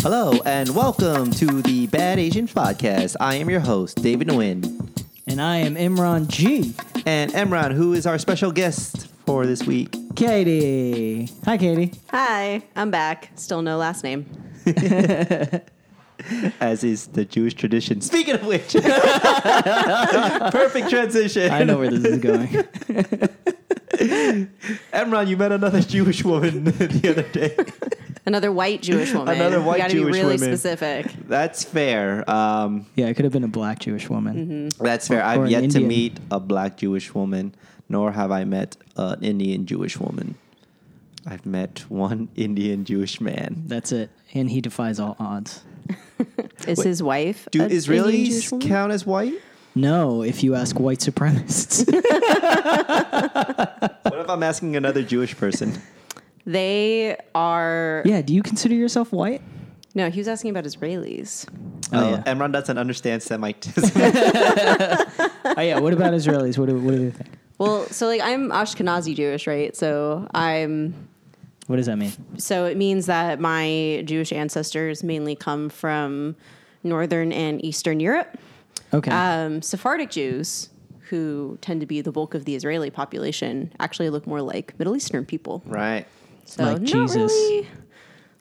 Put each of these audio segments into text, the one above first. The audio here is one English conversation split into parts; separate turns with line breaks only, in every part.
Hello and welcome to the Bad Asian Podcast. I am your host, David Nguyen.
And I am Imran G.
And Emron, who is our special guest for this week.
Katie. Hi, Katie.
Hi, I'm back. Still no last name.
as is the Jewish tradition. Speaking of which, perfect transition.
I know where this is going.
Emron, you met another Jewish woman the other day.
Another white Jewish woman.
Another white
you gotta
Jewish
be really
woman.
specific.
That's fair. Um,
yeah, it could have been a black Jewish woman.
Mm.
that's fair.
Or- or
I've
an
yet to
Indian.
meet a black Jewish woman, nor have I met an Indian Jewish woman. I've met one Indian Jewish man.
That's it. And he defies all odds.
Is
Wait,
his wife?
Do
a Indian Jewish
Israelis
woman?
count as white?
No, if you ask white supremacists.
What if I'm asking another Jewish person?
They are.
yeah, do you consider yourself white?
No, he was asking about Israelis.
Oh,
Oh, yeah.
Emron doesn't understand Semitism.
oh, yeah. What about Israelis? What do, what do they think?
Well, so like I'm Ashkenazi Jewish, right? So I'm.
What does that mean?
So it means that my Jewish ancestors mainly come from northern and eastern Europe.
Okay.
Um, Sephardic Jews, who tend to be the bulk of the Israeli population, actually look more like Middle Eastern people.
right.
So
Like
not
Jesus.
really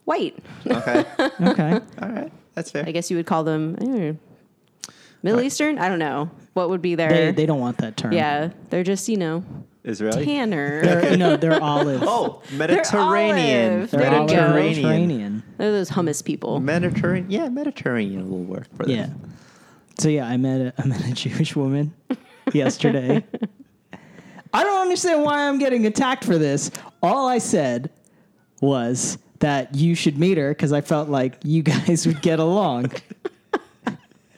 white.
Okay.
okay.
All right. That's fair.
I guess you would call them eh, Middle
Right.
Eastern. I don't know what would be their.
They, they don't want that term.
yeah, they're just you know
Israeli.
tanner. They're,
They're, no, they're olive.
Oh, Mediterranean.
olive. There
they're
you go.
olive Mediterranean.
those hummus people.
Mediterranean. Yeah, Mediterranean will work for them.
Yeah. So yeah, I met a, I met a Jewish woman yesterday. I don't understand why I'm getting attacked for this. All I said was that you should meet her because I felt like you guys would get along.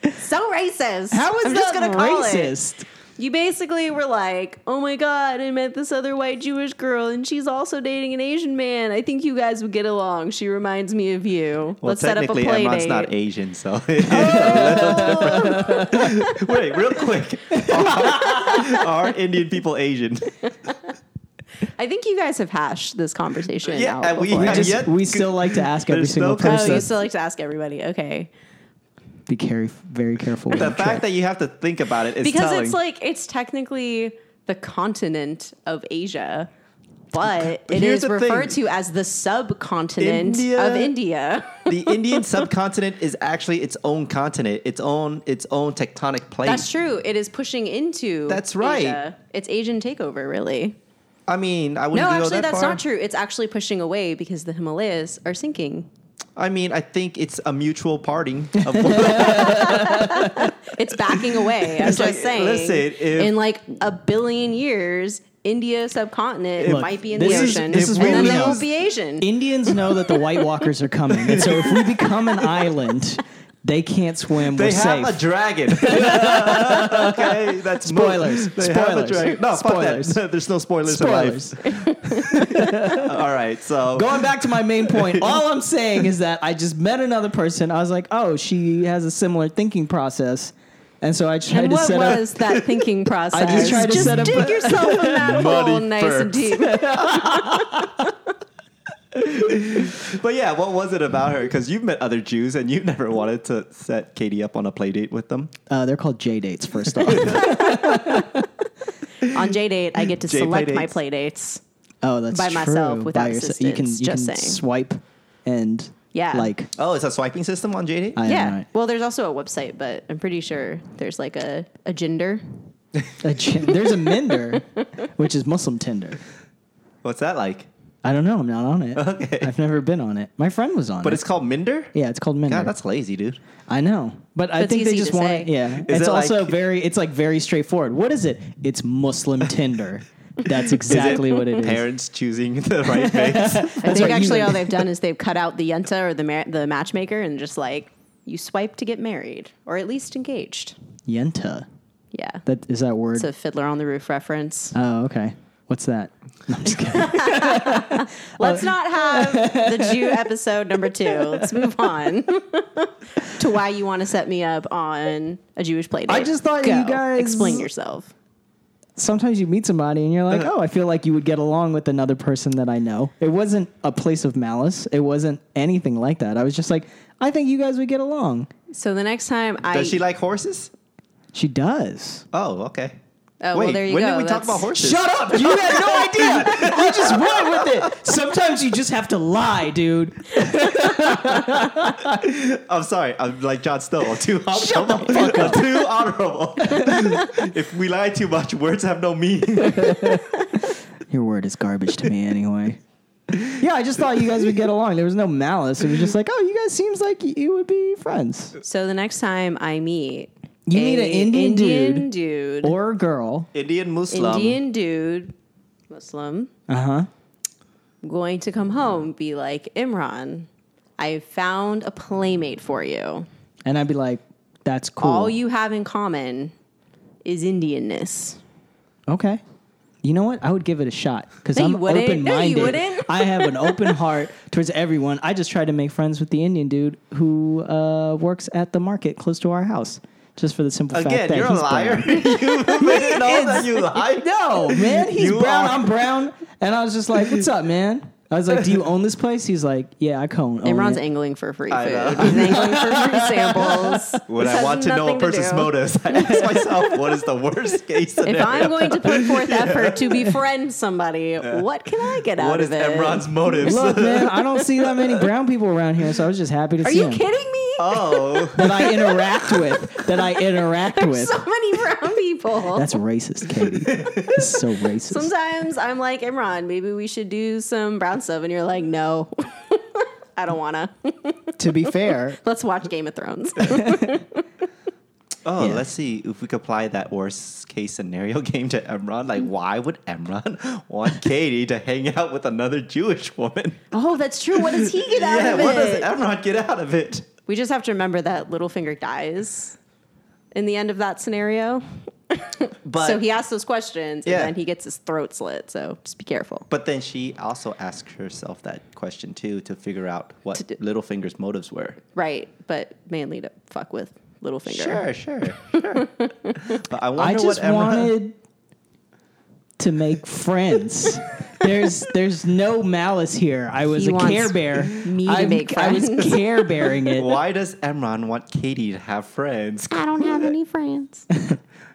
So racist.
How is that
I'm just gonna call it.
racist?
You basically were like, "Oh my god, I met this other white Jewish girl, and she's also dating an Asian man. I think you guys would get along. She reminds me of you.
Well,
Let's set up a
technically,
play
Emron's
date." Oh!
not Asian, so it's a little different. Wait, real quick. Are, are Indian people Asian?
I think you guys have hashed this conversation.
Yeah,
out
and we-
before.
We just
yet-
we still like to ask every
There's
single
no
person.
Oh, you
process.
still like to ask everybody. Okay.
Be care- very careful. With
The
that
fact that you have to think about it is
because
telling.
it's like it's technically the continent of Asia, but,
But
it
here's
is
the
referred
thing.
to as the subcontinent
India-
of India.
the Indian subcontinent is actually its own continent, its own its own tectonic plate.
That's true. It is pushing into.
That's right.
Asia. It's Asian takeover, really.
I mean, I
No,
wouldn't go
actually,
that
that's
far.
not true. It's actually pushing away because the Himalayas are sinking.
I mean, I think it's a mutual parting. Of
It's backing away. I'm
It's
just
like,
saying.
listen, if-
in like a billion years, India subcontinent
Look,
might be in the
this
is-
ocean,
this is
and
what
then
we
they
know.
won't be Asian.
Indians know that the White Walkers are coming, and so if we become an island, they can't swim.
They
We're
have
safe.
a dragon. okay, that's moot.
Spoilers.
They have a
Spoilers.
dragon. No,
Spoilers.
fuck that. There's no spoilers,
Spoilers.
in life. All right, so
Going back to my main point, all I'm saying is that I just met another person. I was like, oh, she has a similar thinking process, and so I tried
And
to
what
set up.
was that thinking process?
tried to set up
dig
a-
yourself in that
Muddy
hole nice and deep.
But yeah, what was it about her? Because you've met other Jews and you never wanted to set Katie up on a play date with them.
Uh, they're called J dates. First off,
On J date, I get to
J
select my
dates.
play dates.
oh, that's
By
true.
myself, without
yourself.
assistance,
You can
just
you can
saying.
swipe and
Yeah.
like
Oh, it's a swiping system on JD?
I
yeah.
am right.
Well, there's also a website, but I'm pretty sure there's like a, a gender.
A chin- There's a Minder, which is Muslim Tinder.
What's that like?
I don't know. I'm not on it.
Okay.
I've never been on it. My friend was on
But
it.
it's called Minder?
yeah, it's called Minder.
God, that's lazy, dude.
I know, but I
That's
think they
easy
just
to
want
say.
it. Yeah,
Is
it's
it
also
like-
very. It's like very straightforward. What is it? It's Muslim Tinder. That's exactly what it is.
Parents choosing the right mates.
I think
right,
actually
you-
all they've done is they've cut out the yenta or the ma- the matchmaker and just like you swipe to get married or at least engaged.
Yenta.
Yeah.
That is that word.
It's a Fiddler on the Roof reference.
oh, okay. What's that? No, I'm just kidding.
Let's not have the Jew episode number two. Let's move on to why you want to set me up on a Jewish play date.
I just thought you guys-
explain yourself.
sometimes you meet somebody and you're like, oh, I feel like you would get along with another person that I know. It wasn't a place of malice. It wasn't anything like that. I was just like, I think you guys would get along.
So the next time I
Does she like horses?
She does.
Oh, okay.
Oh, well,
Wait,
there you
when
go.
did we talk
That's-
about horses?
Shut up! You had no idea. You just went with it. Sometimes you just have to lie, dude.
I'm sorry. I'm like John Snow. I'm too honorable.
fuck
I'm too honorable. if we lie too much, words have no meaning.
Your word is garbage to me anyway. Yeah, I just thought you guys would get along. There was no malice. It was just like, oh, you guys seems like you would be friends.
so the next time I meet
You meet an
a
Indian,
Indian
dude
dude,
or a girl.
Indian Muslim.
Indian dude, Muslim,
Uh huh.
I'm going to come home be like Imran. I found a playmate for you.
And I'd be like, that's cool.
All you have in common is Indianness.
okay. You know what? I would give it a shot because
No, you
I'm
wouldn't.
open minded.
No, you wouldn't.
I have an open heart towards everyone. I just tried to make friends with the Indian dude who uh, works at the market close to our house, just for the simple fact
Again,
that
you're a
he's
liar.
brown.
you made it all that you lied.
No, man, he's
You
brown.
are-
I'm brown, and I was just like, "What's up, man?" I was like, "Do you own this place?" He's like, "Yeah, I co-own." own
Imran's
it."
angling for free food.
I know.
He's angling for free samples.
When
This
I
has
want to know
nothing
a person's
do.
motives, I ask myself, what is the worst case
If
scenario?
I'm going to put forth effort to befriend somebody, what can I get out
what is
of it?
Emron's motives?
Look, man, I don't see that many brown people around here, so I was just happy to
Are
see
you
him.
kidding me?
oh,
That I interact with. That I interact with.
so many brown people.
That's racist, Katie. It's so racist.
Sometimes I'm like, Imran, maybe we should do some brown stuff. And you're like, no, I don't want to.
to be fair,
Let's watch Game of Thrones.
oh,
Yeah.
let's see if we could apply that worst case scenario game to Emron. Like, why would Emron want Katie to hang out with another Jewish woman?
oh, that's true. What does he get out
yeah,
of it?
what does Emron get out of it?
we just have to remember that Littlefinger dies in the end of that scenario.
But
so he asks those questions
Yeah.
and then he gets his throat slit. So just be careful.
But then she also asked herself that question too to figure out what
To do-
Littlefinger's motives were.
Right. But mainly to fuck with
Sure,
Littlefinger.
sure, sure. but I
I
wonder
just
what Emron.
wanted to make friends. there's there's no malice here. I was
He
a
wants
Care Bear.
me to
I'm-
make
I was
friends.
Care Bearing it.
Why does Emron want Katie to have friends?
I don't have any friends.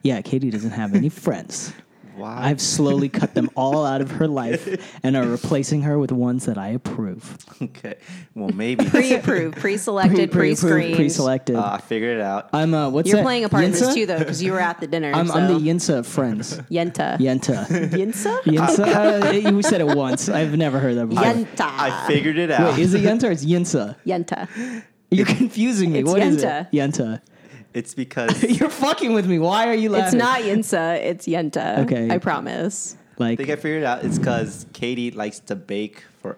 Yeah, Katie doesn't have any friends.
Why?
I've slowly cut them all out of her life and are replacing her with ones that I approve.
Okay. Well, maybe.
Pre approved, pre selected, pre
Pre-approved,
screened.
pre-selected.
Uh, I figured it out.
I'm uh, what's
You're
that?
playing a part in this
Yinsa?
too, though, because you were at the dinner.
I'm,
so.
I'm the Yinsa of friends.
Yenta.
Yenta.
Yinsa?
Yinsa. Uh, you said it once. I've never heard that before.
Yenta.
I figured it out.
Wait, is it Yenta or it's Yinsa?
Yenta.
You're confusing me.
It's
What is
Yenta.
it? Yenta.
it's because I
You're fucking with me. Why are you laughing?
It's not Yinsa, it's Yenta.
Okay.
I promise.
like
think I figured it out. It's because Katie likes to bake for.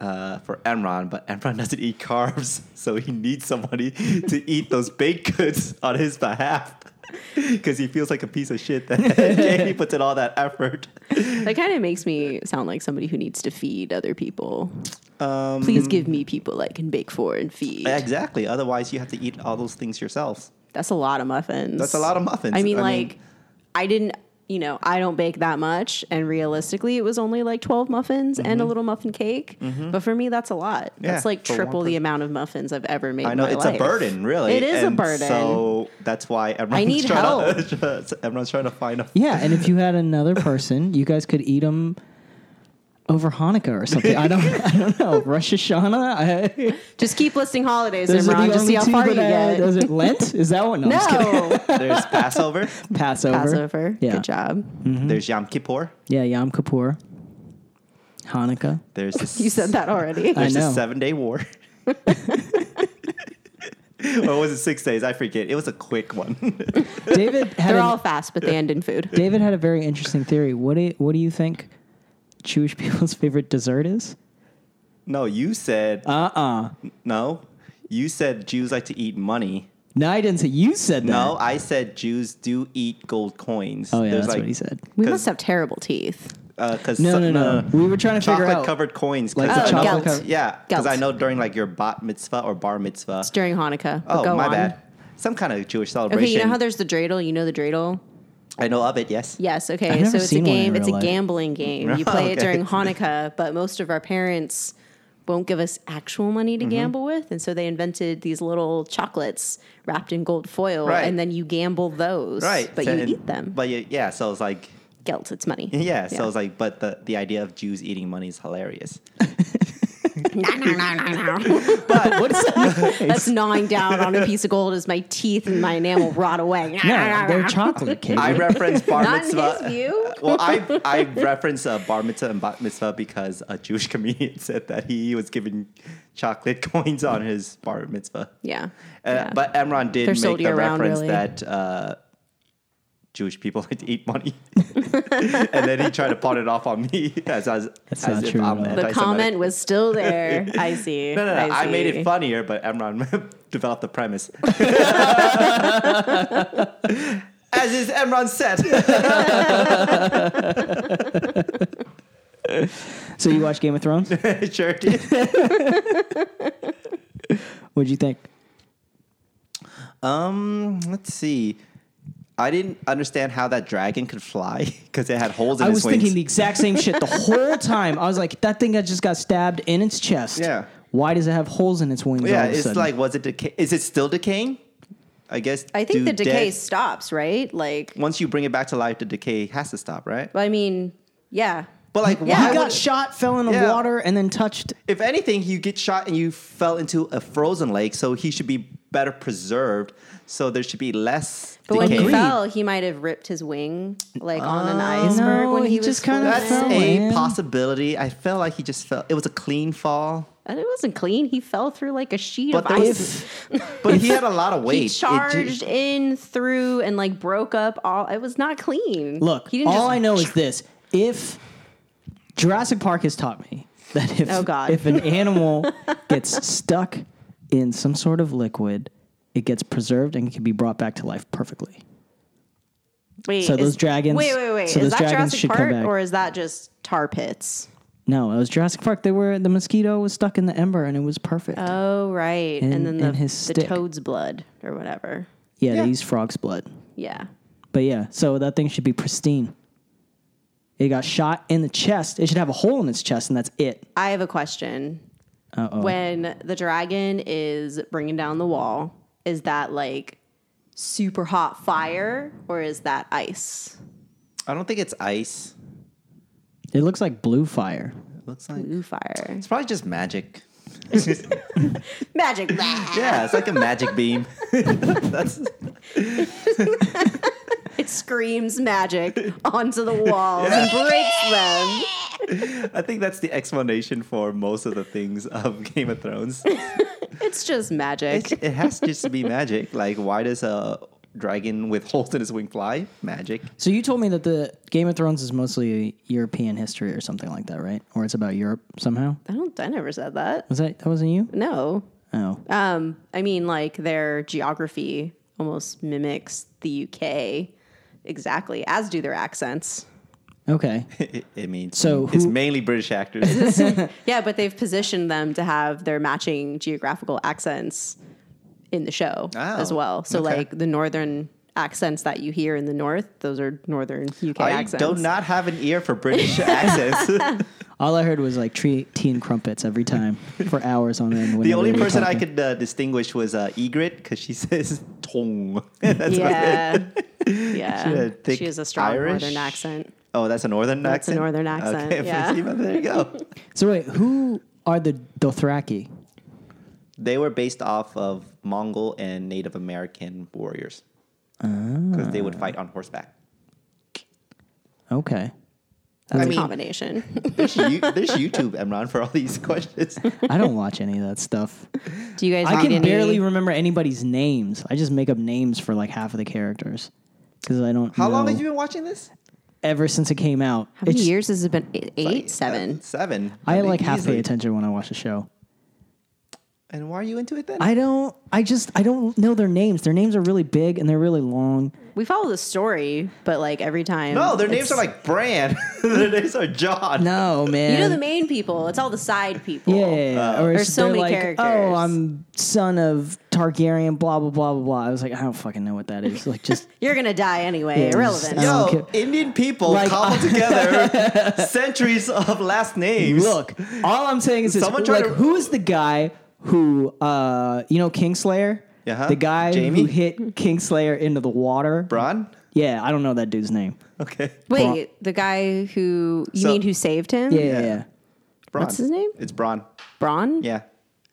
Uh, for Emron, but Emron doesn't eat carbs, so he needs somebody to eat those baked goods on his behalf because he feels like a piece of shit that Katie puts in all that effort.
That kind of makes me sound like somebody who needs to feed other people.
Um,
Please give me people I can bake for and feed.
exactly. Otherwise, you have to eat all those things yourself.
That's a lot of muffins.
That's a lot of muffins.
I mean, like, I didn't, you know, I don't bake that much. And realistically, it was only like 12 muffins and a little muffin cake. But for me, that's a lot.
Mm-hmm. Yeah,
that's like
for one
triple the
person.
amount of muffins I've ever made.
I know
in my
it's
life.
a burden, really.
It is a
and
burden.
So that's why everyone's
need
trying To, everyone's trying to find a
yeah. And if you had another person, you guys could eat them over Hanukkah or something. I don't. I don't know. Rosh Hashanah. I,
Just keep listing holidays,
those are the
Imran. Just
only
see how
two
far you
that I-
get.
Those are Lent. Is that one? No. I'm just kidding.
no.
There's Passover.
Passover.
Passover.
Yeah.
Good job.
There's Yom Kippur.
Yeah. Yom Kippur. Hanukkah.
There's this,
You said that already.
I
There's
know.
this seven day war. or was it six days? I forget. It was a quick one.
David had
They're
an-
all fast, but they end in food.
David had a very interesting theory. What do you, What do you think Jewish people's favorite dessert is?
no, you said
Uh uh
Uh-uh.
no. You said Jews like to eat money.
No, I didn't say you said that.
No, I said Jews do eat gold coins.
Oh yeah,
There's
that's
like,
what he said.
We
'Cause- uh,
must have terrible teeth.
Because
No, no, no. We were trying to figure
uh, chocolate
out.
covered coins.
Like
'cause
the
I know-
chocolate covered-
Yeah, because I
Gelt.
know during like your bat mitzvah or bar mitzvah.
It's during Hanukkah. but
Oh,
go
my
on.
bad. Some kind of Jewish celebration.
Okay, you know how there's the dreidel? You know the dreidel?
I know of it. Yes.
Yes. Okay.
I've never
so it's a
seen one in
game. It's
real
a
life.
gambling game. You
Oh,
play it
okay.
during Hanukkah, but most of our parents won't give us actual money
Mm-hmm.
to gamble with, and so they invented these little chocolates wrapped in gold foil,
Right.
and then you gamble those.
Right.
But
so-
you
and-
eat them.
But you, yeah, so it's like
Guilt. It's money.
yeah, so it's like but the the idea of Jews eating money is hilarious.
No, no, no, no, no.
But what is that?
That's
noise?
gnawing down on a piece of gold as my teeth and my enamel rot away.
no, they're chocolate cake.
I reference bar
Not in
mitzvah.
his view.
Well, I I reference uh, bar mitzvah and bat mitzvah because a Jewish comedian said that he was given chocolate coins on his bar mitzvah.
Yeah.
Uh,
yeah.
But Emron did
They're sold
make the
year-round,
reference
really.
that uh, Jewish people like to eat money, and then he tried to pawn it off on me as as,
That's
as
not
if
true at
I'm
all. The
the
anti-Semitic.
comment was still there. I see.
No, no, no. I, made
see.
it funnier, but Emron developed the premise. As is Emron said.
so you watch Game of Thrones?
sure did.
What'd you think?
Um, let's see. I didn't understand how that dragon could fly because it had holes in
I
its
was
wings.
thinking the exact same shit the whole time. I was like, that thing that just got stabbed in its chest.
Yeah.
Why does it have holes in its wings?
yeah,
all of a
it's
sudden?
like was it decay? Is it still decaying? I guess.
I think
do
the
dead-
decay stops, right? Like,
once you bring it back to life, the decay has to stop, right?
I mean, yeah.
But like,
Yeah,
why
he
would?
got shot, fell in the
Yeah.
water, and then touched.
if anything, you get shot and you fell into a frozen lake, so he should be better preserved. So there should be less
But when
decay.
he
Agreed.
fell, he might have ripped his wing like on an iceberg
No,
when Oh, he,
he
was
just kinda
flying.
That's
fell.
a
man.
possibility. I felt like he just fell. It was a clean fall,
And it wasn't clean. He fell through like a sheet
but
of
there
ice.
was, but he had a lot of weight.
he
It ju-
charged in through and like broke up all. It was not clean.
Look,
he
all I know is this: if Jurassic Park has taught me that if
Oh, God.
if an animal gets stuck in some sort of liquid, it gets preserved and can be brought back to life perfectly.
Wait,
so
is-
those dragons-
Wait, wait, wait.
so
is
those
that
dragons
Jurassic
should come
Park
back.
or is that just tar pits?
No, it was Jurassic Park. They were the mosquito was stuck in the ember and it was perfect.
Oh, right. And,
And-
then the,
and his
the
stick.
toad's blood or whatever.
yeah,
yeah.
they used frog's blood.
Yeah.
But yeah, so that thing should be pristine. It got shot in the chest. It should have a hole in its chest, and that's it.
I have a question. When the dragon is bringing down the wall, is that like super hot fire or is that ice?
I don't think it's ice.
It looks like blue fire.
It looks like
Blue fire.
it's probably just magic.
Magic. Blah.
Yeah, it's like a magic beam. That's
it screams magic onto the walls and breaks them.
I think that's the explanation for most of the things of Game of Thrones.
It's just magic.
It's, it has just to be magic. Like, why does a dragon with holes in his wing fly? Magic.
So you told me that the Game of Thrones is mostly European history or something like that, right? Or it's about Europe somehow.
I don't I never said that.
Was that that wasn't you?
No.
Oh,
Um, I mean, like their geography almost mimics the UK exactly, as do their accents.
okay.
It, it means
So
it's
who-
mainly British actors.
Yeah, but they've positioned them to have their matching geographical accents in the show
Oh,
as well. So,
okay.
like the northern accents that you hear in the north, those are northern UK
I
accents.
do not have an ear for British accents.
All I heard was like tree, tea and crumpets every time for hours on end.
the only person I could uh, distinguish was uh, Egret because she says "tong." That's about it.
Yeah,
She
yeah.
had thick
She has a strong
Irish
northern accent.
Oh, that's a northern
That's a
accent.
northern accent,
Okay,
yeah.
Fatima, there you go.
So wait, who are the Dothraki?
they were based off of Mongol and Native American warriors because they
Ah.
would fight on horseback.
Okay.
That's
I
a
mean-
combination.
There's, you, there's YouTube, Emran, for all these questions.
I don't watch any of that stuff.
do you guys?
I
read
can
any-
barely remember anybody's names. I just make up names for like half of the characters because I don't.
How long
know.
have you been watching this?
Ever since it came out,
How many
It's-
years has it been? Eight,
Like, uh,
seven.
seven.
I
think
like half pay
easily.
attention when I watch a show.
And why are you into it then?
I don't. I just. I don't know their names. Their names are really big and they're really long.
We follow the story, but like every time.
no, their names
it's-
are like Bran. their names are John.
No man.
You know the main people. It's all the side people.
yeah. yeah, yeah. or
There's
it's-
so
they're
many
like,
characters.
Oh, I'm son of Targaryen, blah blah blah blah blah. I was like, I don't fucking know what that is. Like, just
You're gonna die anyway.
Yeah, it was-
Irrelevant.
I don't
Yo, Indian people
Like, uh,
cobbled together centuries of last names.
look. All I'm saying is, this,
Someone tried
like,
to-
who is the guy who, uh, you know, Kingslayer?
Uh-huh.
The guy
Jaime?
who hit Kingslayer into the water.
Bron.
Yeah, I don't know that dude's name.
Okay,
Wait, the guy who you
So-
mean who saved him?
Yeah, yeah.
Yeah.
yeah.
Bron.
What's his name?
It's Bron.
Braun?
Yeah.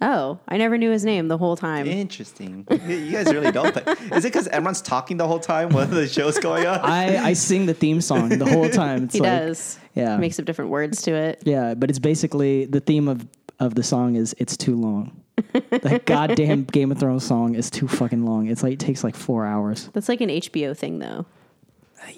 Oh, I never knew his name the whole time.
Interesting. You- You guys really don't. Play. Is it because Emron's talking the whole time while the show's going on?
I, I sing the theme song the whole time. It's
he
like,
does.
yeah.
Makes up different words to it.
Yeah, but it's basically the theme of of the song is it's too long. that goddamn Game of Thrones song is too fucking long. It's like it takes like four hours.
That's like an HBO thing though.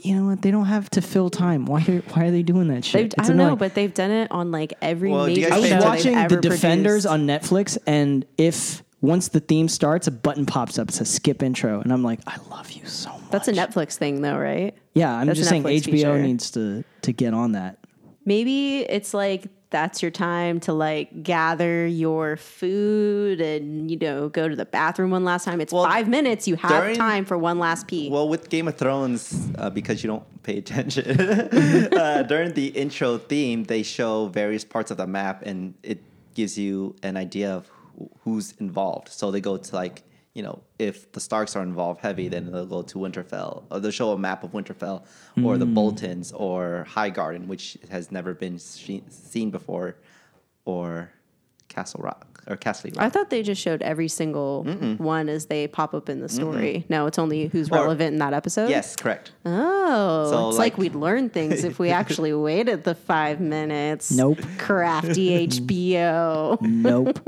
You know what? They don't have to fill time. Why are why are they doing that
They've,
shit?
I
It's
don't know,
annoying.
but they've done it on like every
Well, do you
major
guys
I was
pay
show
attention-
watching
they've
The
ever
Defenders
produced.
on Netflix, and if once the theme starts, a button pops up. It says skip intro, and I'm like, I love you so much.
That's a Netflix thing though, right?
Yeah, I'm
that's a
just saying
Netflix
HBO
feature.
needs to to get on that.
Maybe it's like that's your time to like gather your food and you know go to the bathroom one last time. It's
Well,
five minutes. You have
during-
time for one last pee.
Well, with Game of Thrones, uh, because you don't pay attention, uh, during the intro theme, they show various parts of the map and it gives you an idea of who- who's involved. So they go to like, you know, if the Starks are involved heavy, then they'll go to Winterfell, or they'll show a map of Winterfell, or
Mm.
the Boltons, or Highgarden, which has never been she- seen before, or Castle Rock, or Castle Rock.
I thought they just showed every single one as they pop up in the story. No, it's only who's
Or-
relevant in that episode.
yes, correct.
Oh,
So,
it's like,
like-
we'd learn things if we actually waited the five minutes.
Nope.
Crafty HBO.
Nope.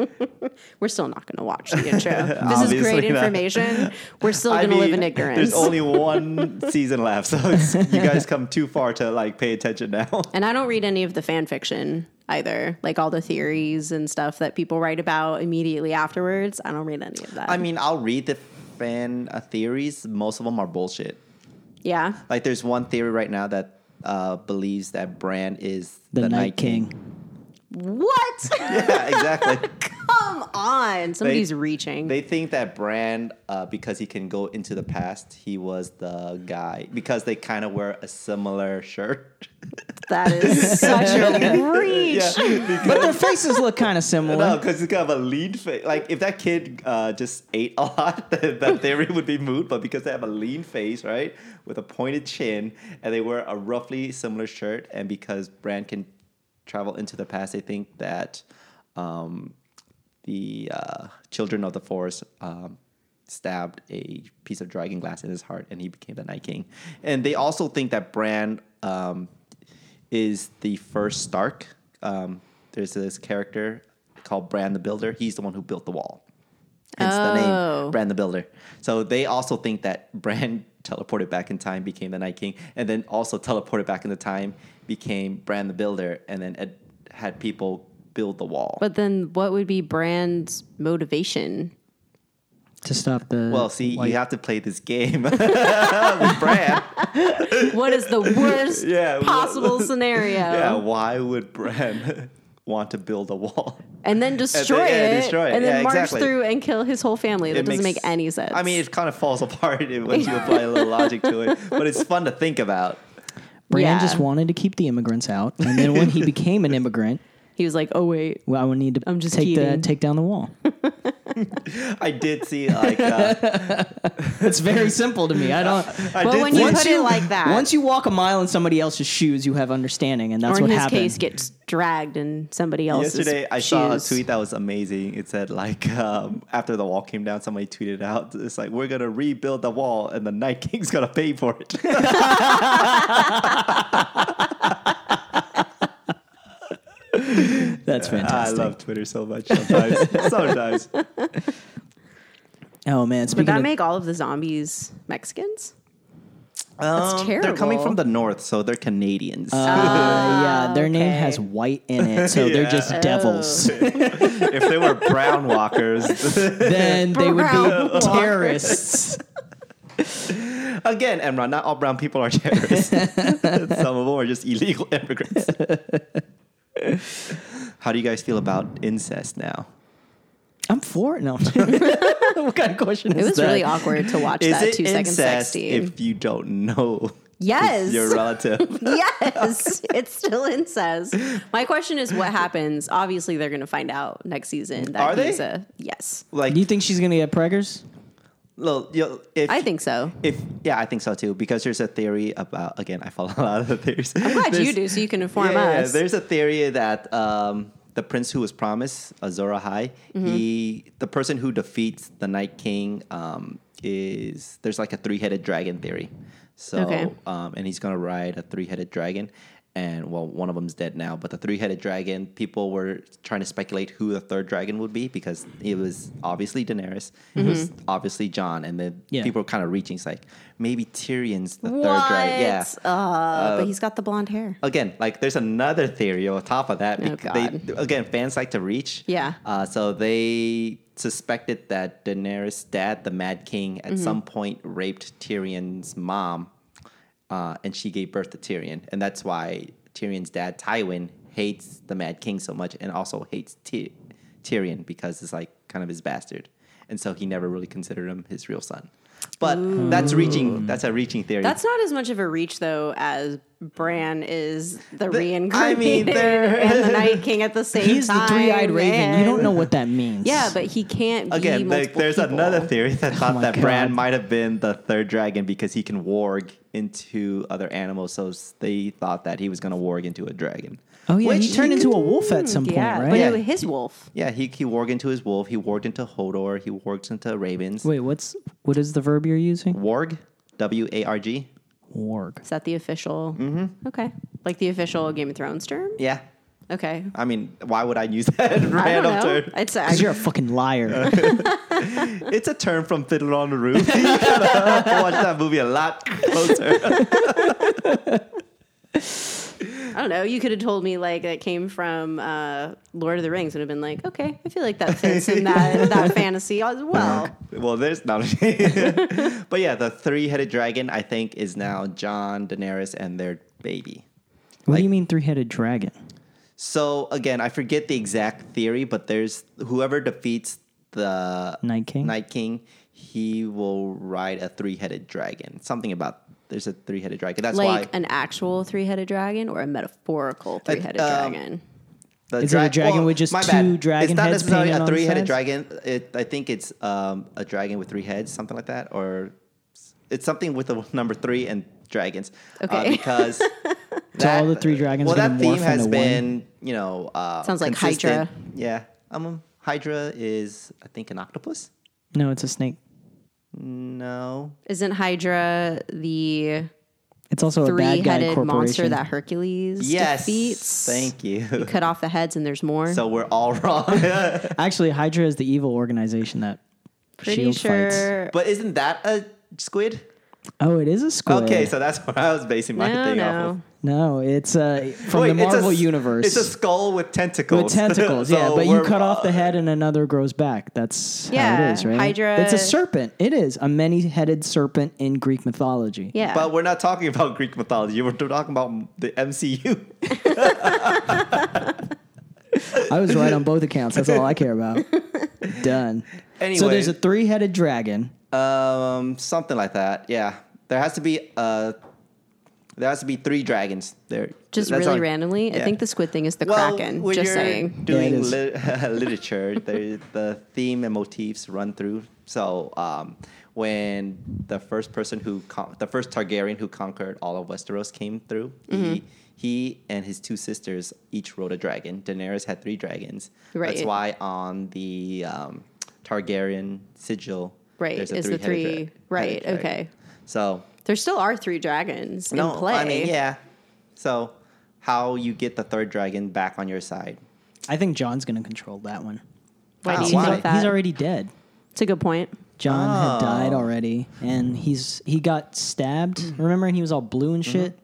We're still not going to watch the intro. this is great
Obviously not.
information. We're still
I
going to live
mean,
in ignorance.
There's only one season left, so it's, you guys come too far to like pay attention now.
and I don't read any of the fan fiction either, like all the theories and stuff that people write about immediately afterwards. I don't read any of that.
I mean, I'll read the fan uh, theories. Most of them are bullshit.
yeah.
Like, there's one theory right now that uh, believes that Bran is
The, Night, King.
What?
yeah, exactly.
Come on. Somebody's reaching.
They think that Bran, uh, because he can go into the past, he was the guy because they kind of wear a similar shirt.
that is such a reach.
But their faces look kind of similar.
No, because it's kind of a lean face. Like if that kid uh, just ate a lot, then that theory would be moot. But because they have a lean face, right, with a pointed chin, and they wear a roughly similar shirt, and because Brand can travel into the past, they think that um, the uh, children of the forest um, stabbed a piece of dragon glass in his heart, and he became the Night King. And they also think that Bran um, is the first Stark. Um, there's this character called Bran the Builder. He's the one who built the wall. Hence the
Oh.
name Bran the Builder. So they also think that Bran teleported back in time, became the Night King, and then also teleported back into time, became Bran the Builder, and then ed- had people build the wall.
But then what would be Brand's motivation?
To stop the
Well, see,
like,
you have to play this game with Bran.
What is the worst
Yeah, wha-
possible scenario?
Yeah, why would Bran want to build a wall?
And then destroy
yeah,
it.
destroy it.
And then
Yeah,
march
exactly.
through and kill his whole family. That doesn't
makes-
make any sense.
I mean, it kind of falls apart once you apply a little logic to it, but it's fun to think about.
Bran
yeah.
just wanted to keep the immigrants out, and then when he became an immigrant,
he was like, oh, wait.
well, I would need to
I'm just
take the
kidding.
take down the wall.
I did see like uh,
it's very simple to me. I don't.
I
Well,
did
when
see,
you put it like that,
Once you walk a mile in somebody else's shoes, you have understanding, and that's
or in
what
his
happened.
case, gets dragged in somebody else's
yesterday I saw a
shoes.
tweet that was amazing. It said like um, after the wall came down, somebody tweeted out, "It's like we're gonna rebuild the wall, and the Night King's gonna pay for it."
that's
I
fantastic.
love Twitter so much. Sometimes, sometimes.
oh man,
Would
speaking
that
of,
make all of the zombies Mexicans?
Um, They're coming
terrible.
from the north, so they're Canadians.
uh, yeah, their name
okay. Oh.
has white in it, so they're just
Yeah.
devils.
if they were brown walkers,
then they would
Brown
be
walkers.
terrorists.
again, Emron, not all brown people are terrorists. Some of them are just illegal immigrants. How do you guys feel about incest now?
I'm for it. No. what kind of question
It
is
was
that?
really awkward to watch
Is
that
it
two second sex
incest
scene.
if you don't know
Yes.
your relative?
yes, it's still incest. My question is, what happens? Obviously, they're going to find out next season. That
Are they?
he's A, yes,
Like,
Do you think she's gonna get preggers?
well, you'll- if
I think so.
if yeah, I think so too. Because there's a theory about again, I follow a lot of the theories.
I'm glad you
There's-
do, so you can inform us.
There's a theory that um, the prince who was promised, Azora High,
Mm-hmm.
he the person who defeats the Night King um, is there's like a three headed dragon theory. So
Okay.
um, and he's gonna ride a three headed dragon. And well, one of them's dead now, but the three-headed dragon. People were trying to speculate who the third dragon would be because it was obviously Daenerys, it was
Mm-hmm.
obviously John, and then
Yeah.
people were kind of reaching. It's like maybe Tyrion's the
what?
third dragon. Yeah, Uh,
Uh, but he's got the blonde hair.
again, like there's another theory on top of that.
Oh,
because they- again, fans like to reach.
Yeah.
Uh, so they suspected that Daenerys' dad, the Mad King, at
Mm-hmm.
some point raped Tyrion's mom, uh, and she gave birth to Tyrion, and that's why Tyrion's dad, Tywin, hates the Mad King so much, and also hates Ty- Tyrion because it's like kind of his bastard, and so he never really considered him his real son. But that's reaching. That's a reaching theory.
That's not as much of a reach though as Bran is the,
The-
reincarnated
I mean, they're-
and the Night King at the same
He's
time.
the three-eyed raven. You
man.
don't know what that means.
Yeah, but he can't be
Again, like,
multiple
there's
people.
another theory that thought
my
that Bran
God.
might have been the third dragon because he can warg into other animals. So s- they thought that he was going to warg into a dragon.
Oh yeah,
Which
he turned into a wolf at some point,
Yeah,
right?
but
Yeah.
it was his wolf.
Yeah, he, he warged into his wolf. He warged into Hodor. He warged into ravens.
Wait, what's what is the verb you're using?
Warg, W A R G.
Warg.
Is that the official? Mm-hmm. Okay, like the official Game of Thrones term.
Yeah.
Okay,
I mean, why would I use that
I don't
random
know.
term?
It's I,
Because you're a fucking liar.
It's a term from Fiddler on the Roof. you gotta watch that movie a lot closer.
I don't know. You could have told me like that came from uh, Lord of the Rings, and have been like, okay, I feel like that fits in that that fantasy as well.
Well, there's not. but yeah, the three-headed dragon I think is now John, Daenerys, and their baby.
what do
Like-
you mean three-headed dragon?
So again, I forget the exact theory, but there's whoever defeats the
Night King?
Night King, he will ride a three-headed dragon. Something about there's a three-headed dragon. That's
like
why
an actual three-headed dragon or a metaphorical three-headed
um,
dragon.
the
Is it a dragon with just
my
two dragon
It's not
heads
necessarily
painted
a
on the
three-headed
sides?
dragon. It, I think it's um, a dragon with three heads, something like that, or it's something with the number three and dragons. Uh,
Okay.
because
all the three dragons
Well,
are
that
gonna morph
theme has
into one?
been, you know, uh,
Sounds like
consistent.
Hydra.
Yeah, um, Hydra is I think an octopus.
No, it's a snake.
No,
Isn't Hydra the
It's
Oh,
also a bad guy
three-headed
corporation.
monster that Hercules
yes,
defeats?
thank you.
Cut off the heads and there's more.
So we're all wrong.
Actually, Hydra is the evil organization that
Pretty
Shield E fights.
sure.
but isn't that a squid?
Oh, it is a squid.
Okay, so that's where I was basing my
No,
thing off of.
no.
no, it's uh, from
Wait,
the
it's a
Marvel
s-
universe.
It's a skull with tentacles.
with tentacles,
So
yeah. But you
we're-
cut off the head and another grows back. That's how
Yeah,
it is, right?
Hydra-
It's a serpent. It is a many-headed serpent in Greek mythology.
Yeah.
But we're not talking about Greek mythology. We're talking about the MCU.
I was right on both accounts. That's all I care about. Done. so there's
Anyways.
a three-headed dragon.
um, something like that. Yeah, there has to be uh, there has to be three dragons there.
just
That's
really
all-
randomly. I
yeah.
think the squid thing is the
Well,
kraken.
when
Just
you're
saying.
doing
Yeah, it is.
lit- literature, there, the theme and motifs run through. So um, when the first person who con- the first Targaryen who conquered all of Westeros came through,
Mm-hmm.
he, he and his two sisters each rode a dragon. Daenerys had three dragons. That's
Right.
why on the um, Targaryen sigil,
Right,
there's a
is the
three-headed
three- right,
headed dragon.
okay.
So
There still are three dragons in play.
I mean, yeah. So, how you get the third dragon back on your side?
I think John's going to control that one.
Why
Oh,
do you
He's,
why?
think
al-
that?
he's already dead.
It's a good point.
John
Oh.
had died already, and he's he got stabbed. Remember, and he was all blue and shit.
Mm. Mm-hmm.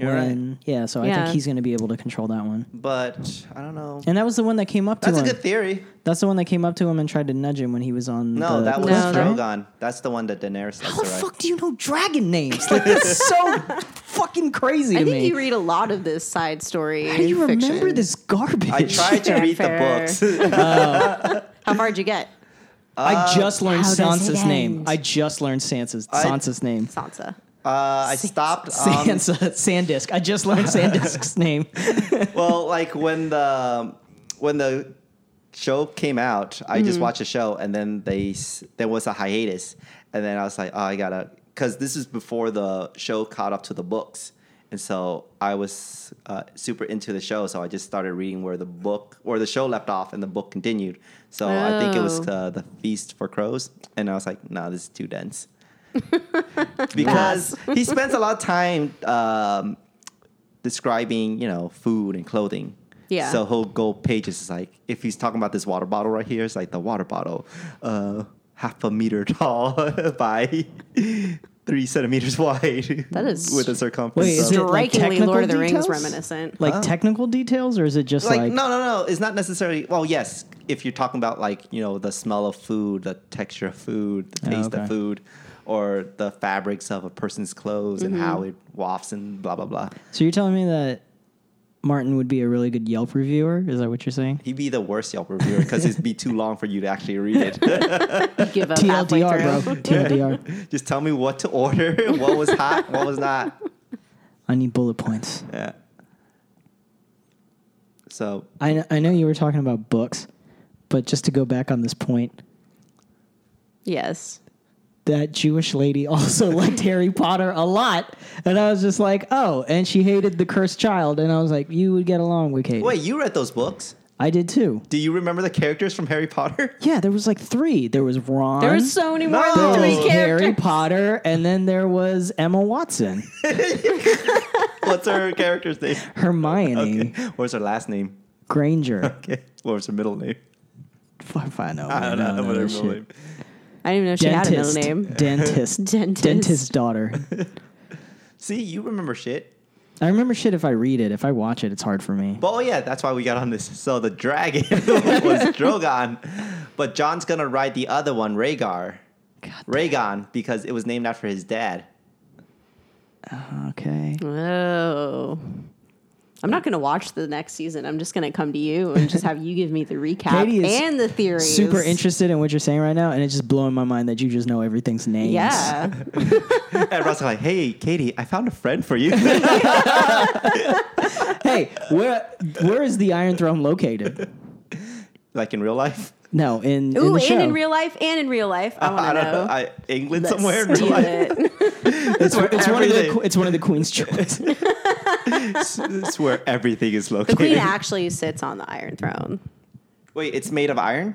You're right.
When- Yeah, so I
Yeah.
think he's going to be able to control that one.
But I don't know.
And that was the one that came up to
That's a
him.
good theory.
That's the one that came up to him and tried to nudge him when he was on.
No,
the
that was
No,
cliff,
that-
Drogon.
right?
That's the one that Daenerys
How the
left to right.
fuck do you know dragon names? Like that's so fucking crazy to
I think
me.
you read a lot of this side story.
How do you
fiction.
remember this garbage?
I tried to
Fair,
read
fair.
the books.
How How far'd you get?
I just learned
How does it
Sansa's name.
end?
I just learned Sansa's
uh, I-
Sansa's name.
Sansa.
Uh, I stopped. Um,
Sansa Sandisk. I just learned Sandisk's name.
well, like when the when the show came out, I just watched the show, and then they s- there was a hiatus, and then I was like, oh, I gotta, because this is before the show caught up to the books, and so I was uh, super into the show, so I just started reading where the book where the show left off and the book continued. So I think it was
Oh.
uh, the Feast for Crows, and I was like, no, this is too dense. because he spends a lot of time um, describing, you know, food and clothing.
Yeah.
So he'll go pages it's like if he's talking about this water bottle right here, it's like the water bottle, uh, half a meter tall by three centimeters wide.
That is
with a circumference.
Wait, is
of-
it like
Strikingly
technical
Lord of the Rings
details?
reminiscent.
Like
Huh?
technical details, or is it just
like,
like,
no, no, no. It's not necessarily. Well, yes, if you're talking about like you know the smell of food, the texture of food, the
Oh,
taste
okay.
of food, or the fabrics of a person's clothes and how
Mm-hmm.
it wafts and blah blah blah.
So you're telling me that Martin would be a really good Yelp reviewer? Is that what you're saying?
He'd be the worst Yelp reviewer because it'd be too long for you to actually read it.
You give up halfway
TLDR,
through.
bro. TLDR.
Just tell me what to order, what was hot, what was not.
I need bullet points.
Yeah. So
I kn- I know you were talking about books, but just to go back on this point,
Yes.
that Jewish lady also liked Harry Potter a lot, and I was just like, oh, and she hated the cursed child, and I was like, you would get along with Katie.
wait, you read those books?
I did too.
Do you remember the characters from Harry Potter?
Yeah, there was like three. There was Ron.
There was so many more
No.
than
there
three
was
many
Oh, Harry
characters.
Potter, and then there was Emma Watson,
What's her character's name?
Hermione
Okay. What's her last name?
Granger.
Okay. What was her middle name?
Fuck, I know.
I don't know. What her middle name?
I didn't even know she had a middle
Dentist.
name.
Dentist.
Dentist.
Dentist daughter.
See, you remember shit.
I remember shit if I read it. If I watch it, it's hard for me.
But oh yeah, that's why we got on this. So the dragon was Drogon, but John's gonna ride the other one, Rhaegar.
God
Rhaegon, because it was named after his dad.
Okay.
Oh. I'm not going to watch the next season. I'm just going to come to you and just have you give me the recap
Katie is
and the theories.
Super interested in what you're saying right now, and it's just blowing my mind that you just know everything's names.
Yeah.
And Russell's like, "Hey, Katie, I found a friend for you."
Hey, where where is the Iron Throne located?
like in real life.
No, in in
Ooh,
the
and
show.
in real life, and in real life. I want to
don't
know.
I, England
Let's
somewhere in real
do
life.
it.
It's where
it's one of the
everything,
que- it's one of the Queen's choice.
it's, it's where everything is
The queen
located.
actually sits on the Iron Throne.
Wait, it's made of iron.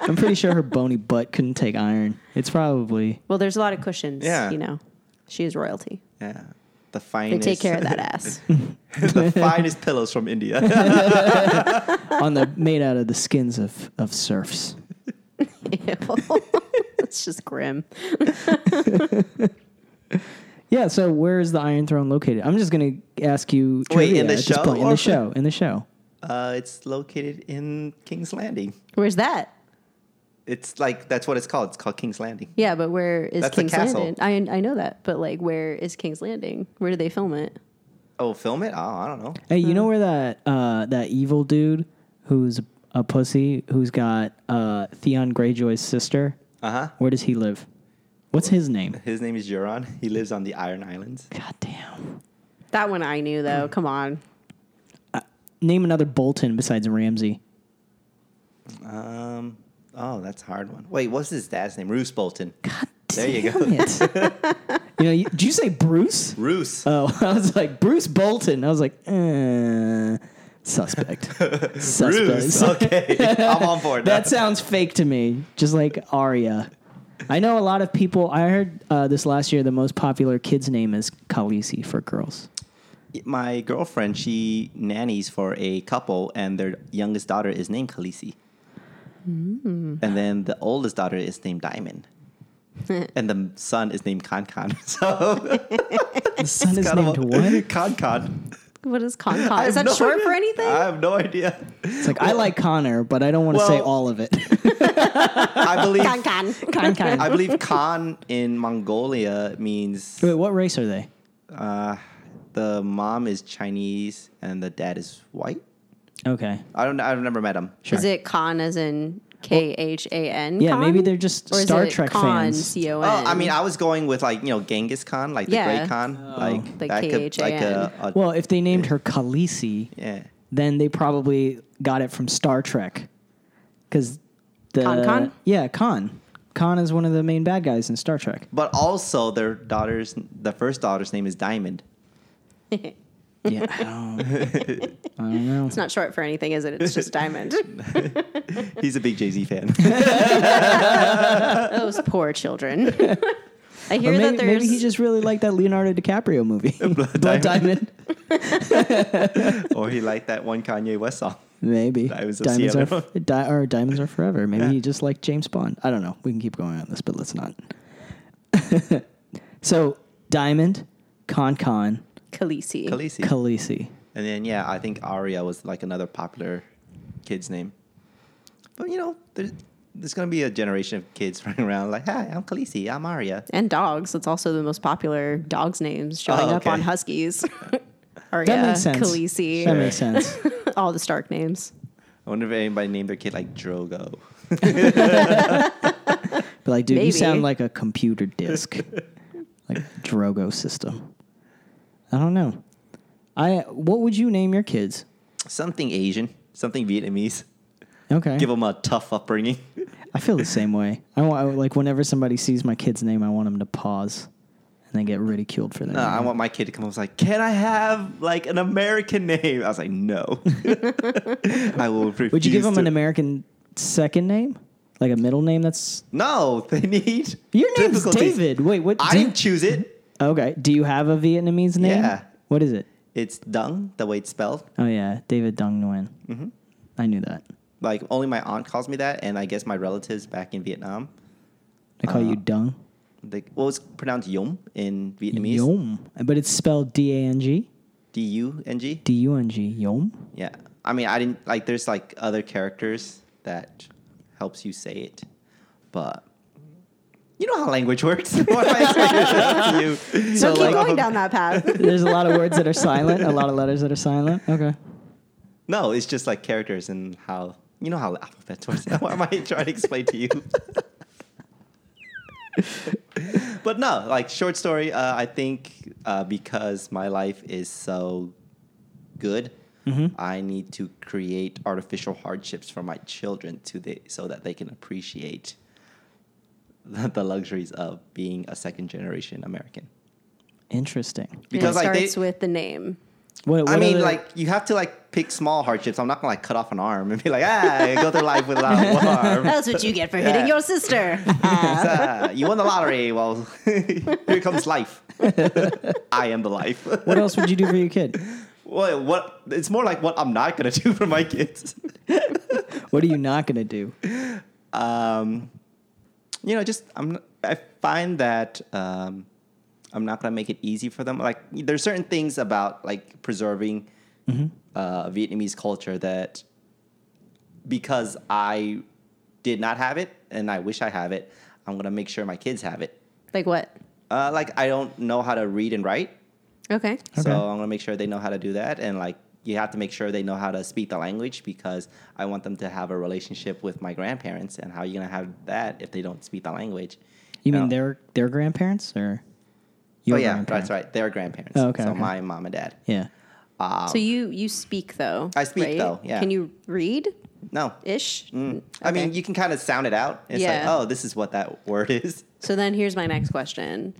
I'm pretty sure her bony butt couldn't take iron. It's probably
Well, there's a lot of cushions.
Yeah.
You know, she is royalty.
Yeah, the
They
finest.
take care of that ass.
the finest pillows from India.
on the made out of the skins of of serfs.
Ew. That's just grim.
Yeah, so where is the Iron Throne located? I'm just gonna ask you.
Wait, in
trivia
the
at this
show
point. In the
or-
show. In the show.
uh, it's located in King's Landing.
Where's that?
It's like that's what it's called. It's called King's Landing.
Yeah, but where is
That's a
King's
castle.
Landing? I I know that, but like, where is King's Landing? Where do they film it?
Oh, film it? Oh, I don't know.
Hey, you know
Uh-huh.
where that uh, that evil dude who's a pussy who's got uh, Theon Greyjoy's sister?
Uh huh.
Where does he live? What's his name?
His name is Euron. He lives on the Iron Islands.
God damn.
That one I knew though. Come on,
Name another Bolton besides Ramsey.
Um. Oh, that's a hard one. Wait, what's his dad's name? Roose Bolton.
God
There you go.
damn it. you know, you, did you say Bruce?
Roose.
Oh, I was like Bruce Bolton. I was like, eh, suspect.
Roose.
Suspect.
Okay, I'm on board. now.
That sounds fake to me, just like Arya. I know a lot of people. I heard uh, this last year. The most popular kid's name is Khaleesi for girls.
my girlfriend. She nannies for a couple, and their youngest daughter is named Khaleesi.
Mm.
And then the oldest daughter is named Diamond. and the son is named Khan Khan. So
The son is
kind
named
of
what?
Khan Khan.
what is Con
I
Con?
have
Uh, Is that
no
short
idea.
for
Uh,
anything?
I have no idea.
It's like I like Connor, but I don't want to say
Well-
all of it.
I
Con
believe
Con.
Con Con.
I believe Khan in Mongolia means
Wait, what race are they?
uh, the mom is Chinese and the dad is white.
Okay.
I don't. I've never met him.
Sure.
Is it Khan as in K H A N?
Yeah,
Khan?
maybe they're just
or is
Star
it
Trek
Khan,
fans.
C O N.
Oh, I mean, I was going with like you know Genghis Khan, like the
Yeah.
Great Khan, like
Like
that could like a, a
Well, if they named her Khaleesi,
yeah.
then they probably got it from Star Trek, because the
Khan Khan?
yeah Khan Khan is one of the main bad guys in Star Trek.
But also their daughter's the first daughter's name is Diamond.
Yeah, I don't, I don't know.
it's not short for anything, is it? It's just diamond.
He's a big Jay Z fan.
Those poor
Or
children. I hear
maybe,
that there's
maybe he just really liked that Leonardo DiCaprio movie, Blood,
Diamond.
Diamond.
or he liked that one Kanye West song.
Maybe
Diamonds of
diamonds are
Sierra.
di- or diamonds are forever. Maybe he just liked James Bond. I don't know. We can keep going on this, but let's not. so Diamond, Con Con,
Khaleesi.
Khaleesi.
Khaleesi.
and then yeah, I think Aria was like another popular kid's name. But you know, there's there's gonna be a generation of kids running around like, "Hi, I'm Khaleesi. I'm Aria."
And dogs. That's also the most popular dogs' names showing
Oh,
up
okay.
on Huskies. Arya,
That makes sense.
Khaleesi,
That makes sense.
all the Stark names.
I wonder if anybody named their kid like Drogo.
But like, dude, you
Maybe.
sound like a computer disk, like Drogo system. I don't know. I what would you name your kids?
Something Asian. Something Vietnamese.
Okay,
Give them a tough upbringing.
I feel the same way. I want like whenever somebody sees my kid's name, I want them to pause and then get ridiculed for that.
No, Uh, I want my kid to come up and was like, "Can I have like an American name?" I was like, "No." I will refuse.
Would you give them
to-
an American second name, like a middle name? That's
No, they need
your name's
difficulties.
David. Wait, what?
I
do you-
didn't choose it.
okay, do you have a Vietnamese name?
Yeah.
What is it?
It's Dung, the way it's spelled.
Oh yeah, David Dong Nguyen. Mm-hmm. I knew that.
Like only my aunt calls me that, and I guess my relatives back in Vietnam.
They call
Uh,
you Dung.
They, well, it's pronounced Yum in Vietnamese.
Yom, but it's spelled D A N G
D U N G.
D U N G. Yom.
Yeah, I mean, I didn't like. There's like other characters that helps you say it, but you know how language works. Why am I explaining it to you?
So keep
like,
going
um,
down that path.
There's a lot of words that are silent. A lot of letters that are silent. Okay.
No, it's just like characters and how you know how the alphabet works. Why am I trying to explain to you? but no, like short story. Uh, I think uh, because my life is so good, I need to create artificial hardships for my children to the, so that they can appreciate the, the luxuries of being a second generation American.
Interesting.
Because it
like,
starts with the name.
What, what
I
are
mean,
the-
like you have to like pick small hardships. I'm not gonna like cut off an arm and be like, ah, go through life without one arm.
That's what you get for
Yeah.
hitting your sister. Ah.
Ah, you won the lottery. Well, here comes life. I am the life.
what else would you do for your kid?
Well, what? It's more like what I'm not gonna do for my kids.
What are you not gonna do?
Um, you know, just I'm. I find that um, I'm not gonna make it easy for them. Like there's certain things about like preserving uh, Vietnamese culture that because I did not have it and I wish I have it, I'm gonna make sure my kids have it.
like what?
Uh, like I don't know how to read and write,
Okay.
Okay.
so I'm gonna make sure they know how to do that. And like you have to make sure they know how to speak the language because I want them to have a relationship with my grandparents. And how are you gonna have that if they don't speak the language?
You mean
No.
their their grandparents or?
oh yeah,
grandparents?
that's right. Their grandparents.
Oh, okay,
So
okay.
my mom and dad.
Yeah.
Um,
So you you speak though.
I speak,
right?
though, yeah.
Can you read
no.
ish?
Mm. I mean,
Okay.
you can kind of sound it out. It's
Yeah.
like, oh, this is what that word is.
So then here's my next question.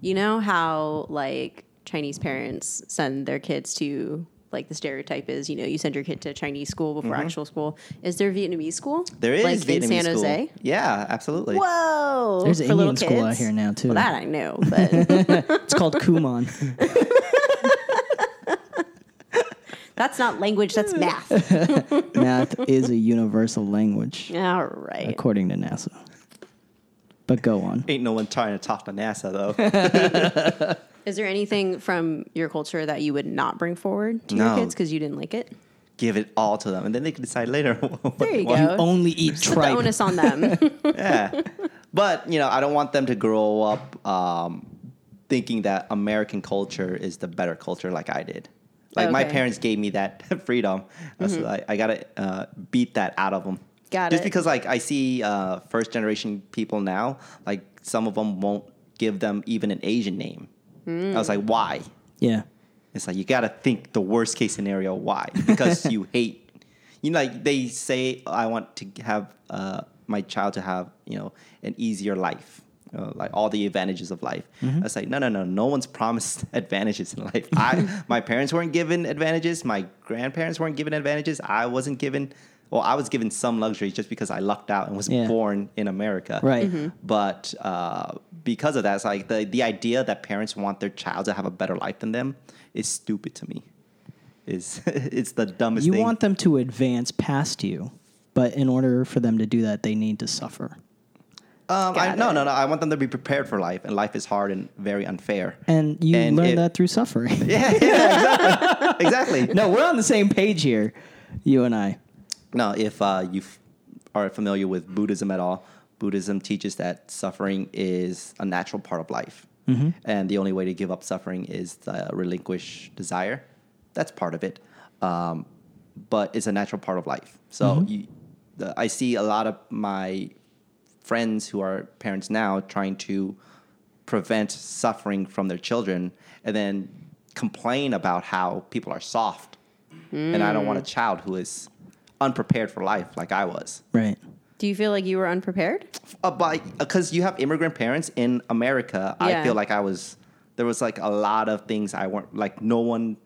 You know how like Chinese parents send their kids to like the stereotype is, you know, you send your kid to Chinese school before actual school. Is there Vietnamese school?
Mm-hmm. There is
like
Vietnamese
in San
school.
Jose.
Yeah, absolutely.
Whoa!
There's an
for little
Indian school out
kids?
here now too.
Well, that I know, but
it's called Kumon.
that's not language. That's math.
Math is a universal language
All right.
according to NASA. But go on.
Ain't no one trying to top the NASA though.
Is there anything from your culture that you would not bring forward to
No.
your kids because you didn't like it?
Give it all to them, and then they can decide later. what
There
they
you
want.
go.
You only eat
Put the
tripe.
onus on them.
yeah. But, you know, I don't want them to grow up um, thinking that American culture is the better culture like I did. Like my
Okay. Mm-hmm.
parents gave me that freedom, Uh, so I, I gotta uh, beat that out of them.
Got
Just
it.
because like I see uh, first generation people now, like some of them won't give them even an Asian name. I was like,
Mm.
why?
Yeah.
It's like you gotta think the worst case scenario. Why? Because you hate. You know, like they say, I want to have uh, my child to have you know an easier life, uh, like all the advantages of life. I was like, no, no, no. No one's promised advantages in life. I, my parents weren't given advantages. My grandparents weren't given advantages. I wasn't given. Well, I was given some luxuries just because I lucked out and was
Yeah.
born in America
Right. Mhm.
but uh, because of that, it's like the the idea that parents want their child to have a better life than them is stupid to me. Is it's the dumbest
You
thing.
want them to advance past you, but in order for them to do that, they need to suffer.
um, I,
Got
no,
it.
no, no. I want them to be prepared for life, and life is hard and very unfair.
And you
And
learn
it-
that through suffering.
yeah, yeah, exactly, exactly.
no, we're on the same page here, you and I.
No, if uh, you f- are familiar with Buddhism at all, Buddhism teaches that suffering is a natural part of life. And the only way to give up suffering is to relinquish desire. That's part of it. Um, but it's a natural part of life. So you, the, I see a lot of my friends who are parents now trying to prevent suffering from their children and then complain about how people are soft and I don't
Mm.
want a child who is unprepared for life like I was. Uh,
Right.
Do you feel like you were unprepared?
Because you have immigrant parents in America, I
Yeah.
feel like I was. There was like a lot of things I weren't like. No one,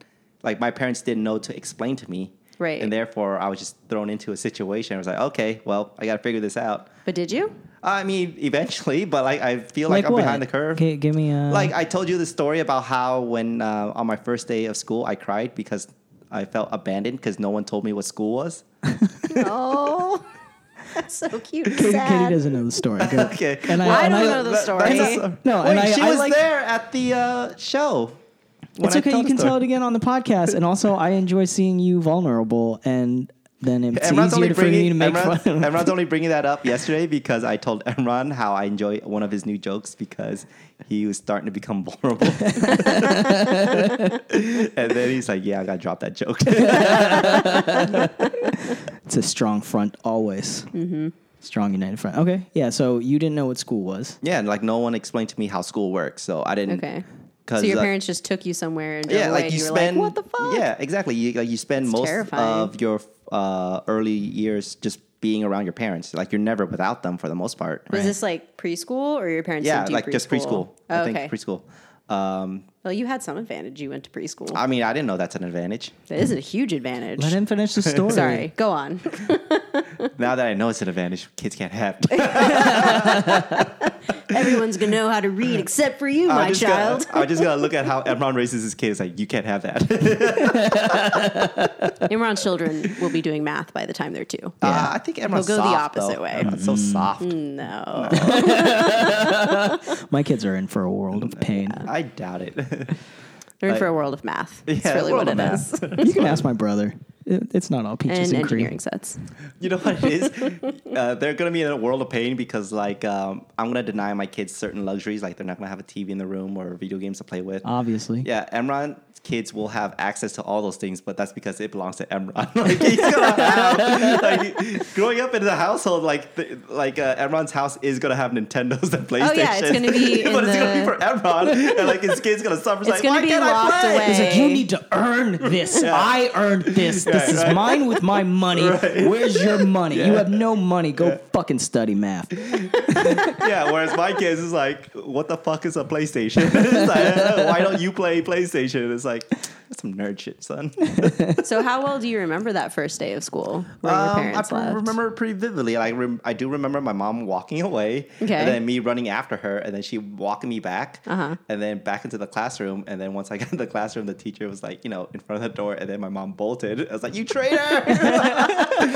like my parents didn't know to explain to me,
Right.
And therefore, I was just thrown into a situation. I was like, okay, well, I got to figure this out.
But did you?
I mean, eventually, but like I feel like, I'm behind the curve.
G- give me a.
Like I told you the story about how when uh, on my first day of school, I cried because I felt abandoned because no one told me what school was.
Oh, that's so cute.
Katie, Katie
Sad.
doesn't know the story. Go.
Okay.
And I-
Well,
I
and
don't
I-
know
the
that-
story.
that's a-
No,
Wait,
and I-
she
I
was
like-
there at the uh, show. when
It's
I
okay.
told
You
the
can tell it
story.
again on the podcast. And also, I enjoy seeing you vulnerable, and then it's
Emron's only
easier for me to
bringing
make
Emron,
fun of.
Emron's only bringing that up yesterday because I told Emron how I enjoy one of his new jokes because he was starting to become vulnerable. and then he's like, "Yeah, I gotta drop that joke."
It's a strong front always.
Mm-hmm.
Strong united front. Okay. Yeah. So you didn't know what school was.
yeah, and like no one explained to me how school works, so I didn't.
Okay. So
'cause,
your
uh,
parents just took you somewhere and drove
yeah,
away
like
and
you
you were
spend.
like, what the fuck?
Yeah, exactly. You like you spend
It's
most
terrifying.
of your uh, early years just being around your parents. Like you're never without them for the most part.
Was this like preschool or your parents?
yeah,
didn't do
like
preschool?
just preschool.
Oh,
I think
okay.
preschool. Um,
Well, you had some advantage. You went to preschool.
I mean, I didn't know that's an advantage.
that is a huge advantage.
Let him finish the story.
Sorry, go on.
now that I know it's an advantage, kids can't have.
Everyone's gonna know how to read except for you, my
just
child.
Gonna, I'm just gonna look at how Emron raises his kids. Like you can't have that.
Imran's children will be doing math by the time they're two.
Uh, I think Emron's
He'll go the
soft, though.
opposite way. Mm-hmm. Mm.
Emron's so soft.
No.
My kids are in for a world of pain.
I doubt it.
They're in for
Like-
a world of math. That's
Yeah,
really
world
what
of
it
math.
is.
You can ask my brother. It- It's not all peaches
And
and,
engineering
cream.
sets.
You know what it is? uh, they're gonna be in a world of pain because like um, I'm gonna deny my kids certain luxuries, like they're not gonna have a TV in the room or video games to play with.
Ah.
Obviously.
yeah, Emron's kids will have access to all those things, but that's because it belongs to Emron. like he's gonna have like growing up in the household, like the, like uh, Emron's house is gonna have Nintendos and PlayStation.
Oh, yeah, it's gonna be
but
in
it's gonna be
the-
for Emron, and like his kid's gonna suffer. It's like,
gonna
why
be
can't I
locked
play?
away.
It's like, you need to earn this. I earned this. this
Right,
is
right.
mine with my money.
Right.
Where's your money? You
Yeah.
have no money. Go fucking study math.
Yeah, whereas my kids is like, what the fuck is a PlayStation? It's like, "Uh, why don't you play PlayStation? It's like, that's some nerd shit, son.
So how well do you remember that first day of school where your
Um, I
parents
pre-
left?
remember pretty vividly. Like, rem- I do remember my mom walking away,
Okay. Uh-huh.
and then me running after her, and then she walking me back, and then back into the classroom. And then once I got in the classroom, the teacher was like, you know, in front of the door, and then my mom bolted. I was like, you traitor!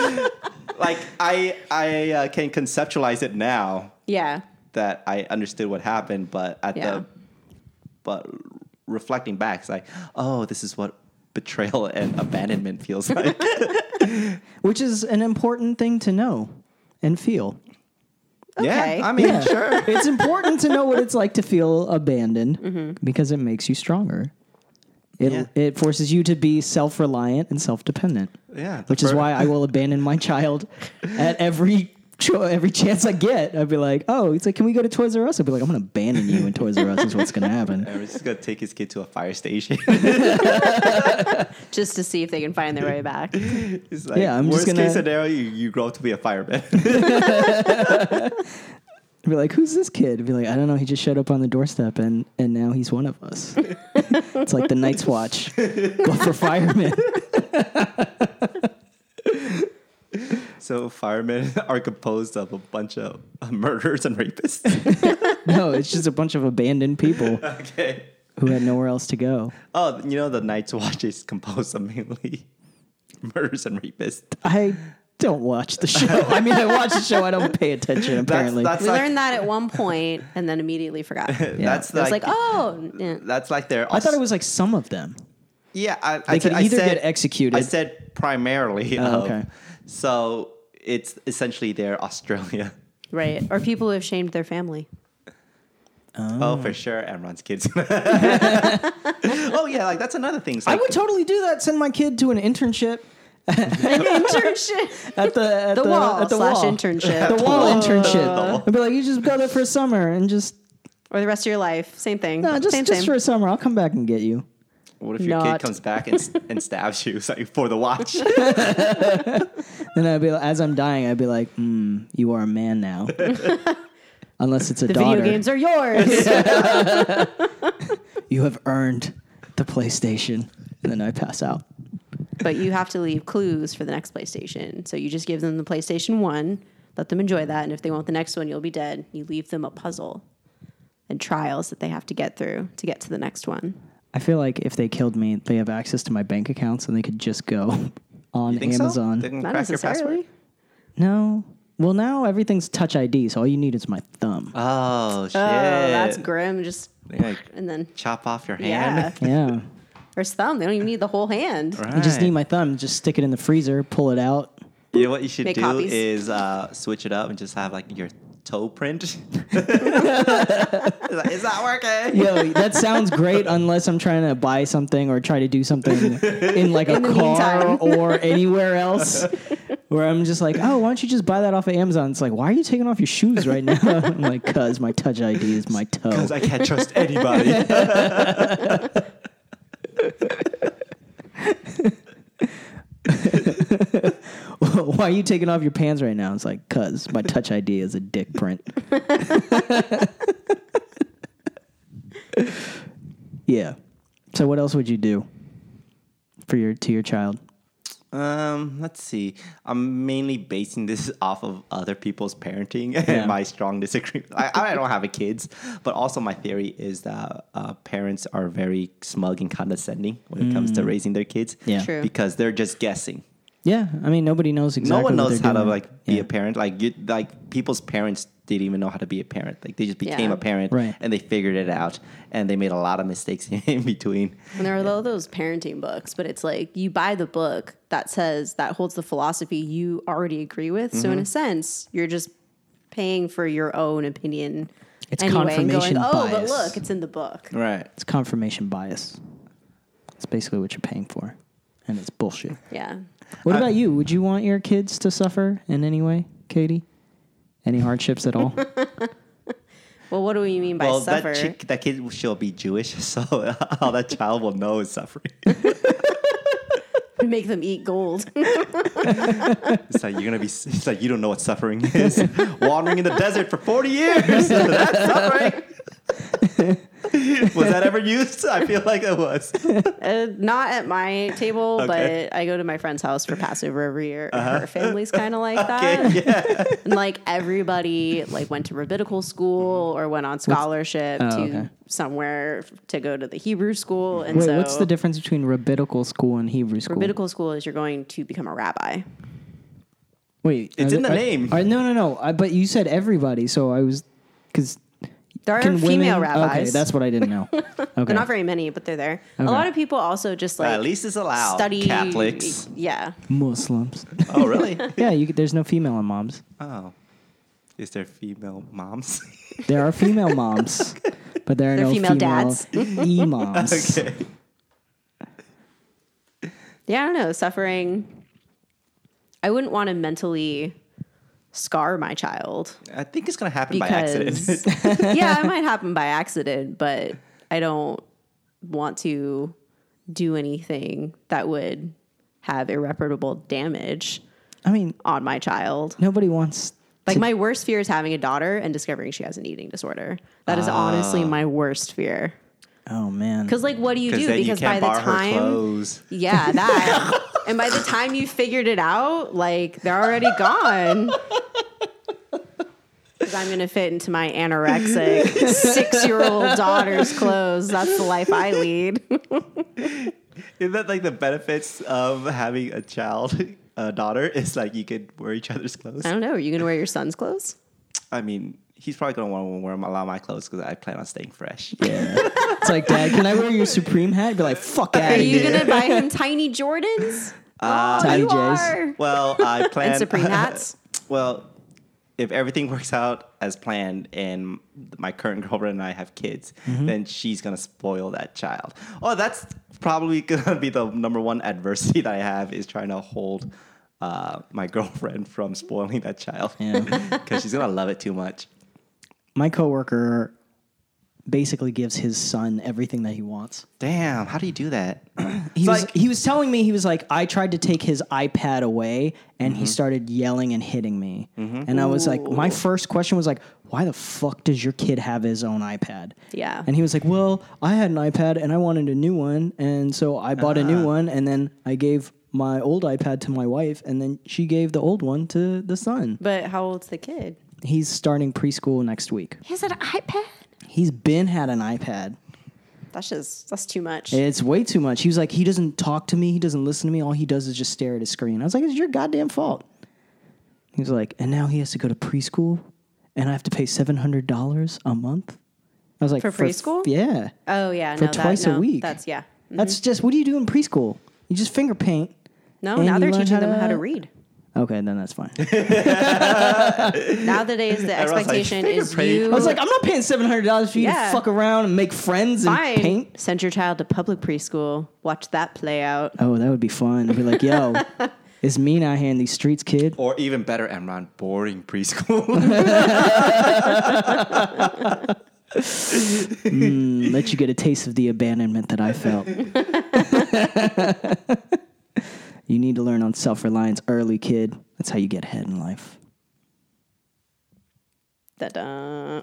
like, I I uh, can conceptualize it now.
Yeah.
that I understood what happened, but at
Yeah.
the but reflecting back, it's like, oh, this is what betrayal and abandonment feels like.
Which is an important thing to know and feel.
Yeah,
Okay.
I mean, sure.
It's
Mm-hmm.
important to know what it's like to feel abandoned because it makes you stronger. It,
Yeah.
it forces you to be self reliant and self dependent,
Yeah, the
which is
fir-
why I will abandon my child at every cho- every chance I get. I'd be like, oh, it's like, can we go to Toys R Us? I'd be like, I'm going to abandon you in Toys R Us is what's going to happen.
Everyone's just gonna take his kid to a fire station.
just to see if they can find their way back.
it's like
Yeah, I'm
worst
just gonna-
case scenario, you, you grow up to be a fireman.
I'd be like, who's this kid? I'd be like, I don't know. He just showed up on the doorstep and, and now he's one of us. it's like the Night's Watch, but for firemen.
so firemen are composed of a bunch of uh, murderers and rapists.
No, it's just a bunch of abandoned people
okay.
who had nowhere else to go.
Oh, you know the Night's Watch is composed of mainly murders and rapists.
I don't watch the show. I mean, I watch the show. I don't pay attention. Apparently,
that's-
We learned that at one point and then immediately forgot. It
That's
was
like,
like, oh, yeah.
that's like their.
I thought it was like some of them.
Yeah, I,
They
I,
could
said- I
either
said,
get executed.
I said primarily.
Oh,
of.
okay.
So it's essentially their Australia.
right. Or people who have shamed their family.
Oh, for sure, Enron's kids. oh yeah, like that's another thing. It's
I
Like,
would totally do that. Send my kid to an internship
An internship.
at the at
The, wall
at the
slash
wall.
internship.
The wall
wall.
internship. I'd be like, you just go there for a summer and just
Or the rest of your life. Same thing.
no, just
same,
just
same.
for a summer. I'll come back and get you.
what if your
Not.
kid comes back and, s- and stabs you it's like, for the watch?
Then I'd be like, as I'm dying, I'd be like, mm, you are a man now. Unless it's a
the
daughter,
video games are yours.
you have earned the PlayStation. And then I pass out.
but you have to leave clues for the next PlayStation. So you just give them the PlayStation 1, let them enjoy that. And if they want the next one, you'll be dead. You leave them a puzzle and trials that they have to get through to get to the next one.
I feel like if they killed me, they have access to my bank accounts and they could just go on
Think so?
Amazon.
They can
Not
crack your password.
necessarily.
No. Well, now everything's Touch ID, so all you need is my thumb.
Oh shit!
Oh, that's grim. Just
They, like,
and then
chop off your
yeah,
hand.
yeah.
or his thumb. They don't even need the whole hand.
You just
Right.
need my thumb. Just stick it in the freezer, pull it out.
You know what you should
Make
do
copies.
is uh, switch it up and just have like your toe print. It's like, it's not working.
Yo, that sounds great unless I'm trying to buy something or try to do something in like a
In the
car
meantime.
or anywhere else where I'm just like, oh, why don't you just buy that off of Amazon? It's like, why are you taking off your shoes right now? I'm like, cuz my Touch ID is my toe.
Because I can't trust anybody.
why are you taking off your pants right now? It's like, cuz my touch ID is a dick print. yeah. So what else would you do for your to your child?
Um, let's see. I'm mainly basing this off of other people's parenting
Yeah.
and my strong disagreement. I, I don't have kids, but also my theory is that uh, parents are very smug and condescending when it comes to raising their kids.
Mm. Yeah.
True.
because they're just guessing.
Yeah, I mean nobody knows exactly.
no one
what
knows
they're
how to
doing.
like be
Yeah.
a parent. Like you, like people's parents didn't even know how to be a parent. Like they just became
Yeah.
a parent
Right.
and they figured it out, and they made a lot of mistakes in between.
And there are all those parenting books, but it's like you buy the book that says that holds the philosophy you already agree with. So in
Mm-hmm.
a sense, you're just paying for your own opinion.
It's
anyway, and
confirmation
going, oh,
bias."
but look, it's in the book.
Right.
It's confirmation bias. It's basically what you're paying for, and it's bullshit.
Yeah.
What about you? Would you want your kids to suffer in any way, Katie? Any hardships at all?
Well, what do we mean by
Well,
suffer?
that chick, that kid, she'll be Jewish, so all that child will know is suffering.
Make them eat gold.
It's like you're gonna be. It's like you don't know what suffering is. Wandering in the desert for 40 years. That's suffering. was that ever used? I feel like it was.
Uh, not at my table,
Okay. Uh-huh.
but I go to my friend's house for Passover every year. Her family's kind of like that.
Okay, yeah.
And like everybody like went to rabbinical school or went on scholarship
Mm-hmm. Oh,
to
okay.
somewhere to go to the Hebrew school. And
Wait,
so
what's the difference between rabbinical school and Hebrew school?
rabbinical school is you're going to become a rabbi.
Wait,
It's
are
in
the-
the
are-
name.
are- no, no, no. I, but you said everybody, so I was because
There are female rabbis.
Okay, that's what I didn't know. Okay,
They're not very many, but they're there. A lot of people also just like
At least it's allowed.
study
Catholics.
Yeah.
Muslims.
Oh, really?
yeah, you, could- there's no female in moms.
Oh, is there female moms?
There are female moms, but there are
They're
no
female
female
dads.
e moms.
okay.
yeah, I don't know, suffering. I wouldn't want to mentally scar my child
I think it's gonna happen by accident.
because yeah, it might happen by accident, but I don't want to do anything that would have irreparable damage
I mean,
on my child.
nobody wants.
Like my worst fear is having a daughter and discovering she has an eating disorder. That is honestly my worst fear.
Oh man.
Because like, what do you do?
Ah. Because then you
because
can't
by
borrow
the
her
time,
clothes.
yeah, that, and by the time you figured it out, like they're already gone. Because I'm gonna fit into my anorexic six-year-old daughter's clothes. That's the life I lead.
Isn't that like the benefits of having a child, a daughter? Is like you could wear each other's clothes.
I don't know. Are you gonna wear your son's clothes?
I mean, he's probably gonna want to wear a lot of my clothes because I plan on staying fresh.
yeah. it's like, Dad, can I wear your Supreme hat? Be like, fuck out
Are
of
you
here.
gonna buy him tiny Jordans?
Uh,
oh,
Ah, Tiny
you
J's.
are.
Well, I plan
And Supreme hats.
Well, if everything works out as planned and my current girlfriend and I have kids,
Mm-hmm.
then she's gonna spoil that child. Oh, that's probably gonna be the number one adversity that I have is trying to hold uh, my girlfriend from spoiling that child because
Yeah.
she's gonna love it too much.
My coworker basically gives his son everything that he wants.
Damn, how do you do that?
He was,
like-
he was telling me he was like I tried to take his iPad away and he started yelling and hitting me. And I was like my first question was like why the fuck does your kid have his own iPad?
Yeah.
And he was like, "Well, I had an iPad and I wanted a new one and so I bought a new one and then I gave my old iPad to my wife and then she gave the old one to the son.
But how old's the kid?
He's starting preschool next week.
He has an iPad.
He's been had an iPad.
That's just that's too much.
It's way too much. He was like, he doesn't talk to me. He doesn't listen to me. All he does is just stare at his screen. I was like, it's your goddamn fault. He was like, and now he has to go to preschool, and I have to pay seven hundred dollars a month. I was like,
For preschool?
yeah,
oh yeah,
for
no,
twice
that, no,
a week.
That's yeah.
That's
Mm-hmm.
just what do you do in preschool? You just finger paint.
No,
And
now
you
they're
learn
teaching
how
them how
to-
to read.
Okay, then that's fine.
Nowadays, the
Everyone's like,
expectation
"Finger
is
paint."
you.
I was like, I'm not paying seven hundred dollars for you
Yeah.
to fuck around and make friends and
fine.
paint.
Send your child to public preschool. Watch that play out.
Oh, that would be fun. I'd be like, yo, it's me out here in these streets, kid.
Or even better, Emron, boring preschool.
and let you get a taste of the abandonment that I felt. you need to learn on self reliance early, kid. That's how you get ahead in life.
Da-da.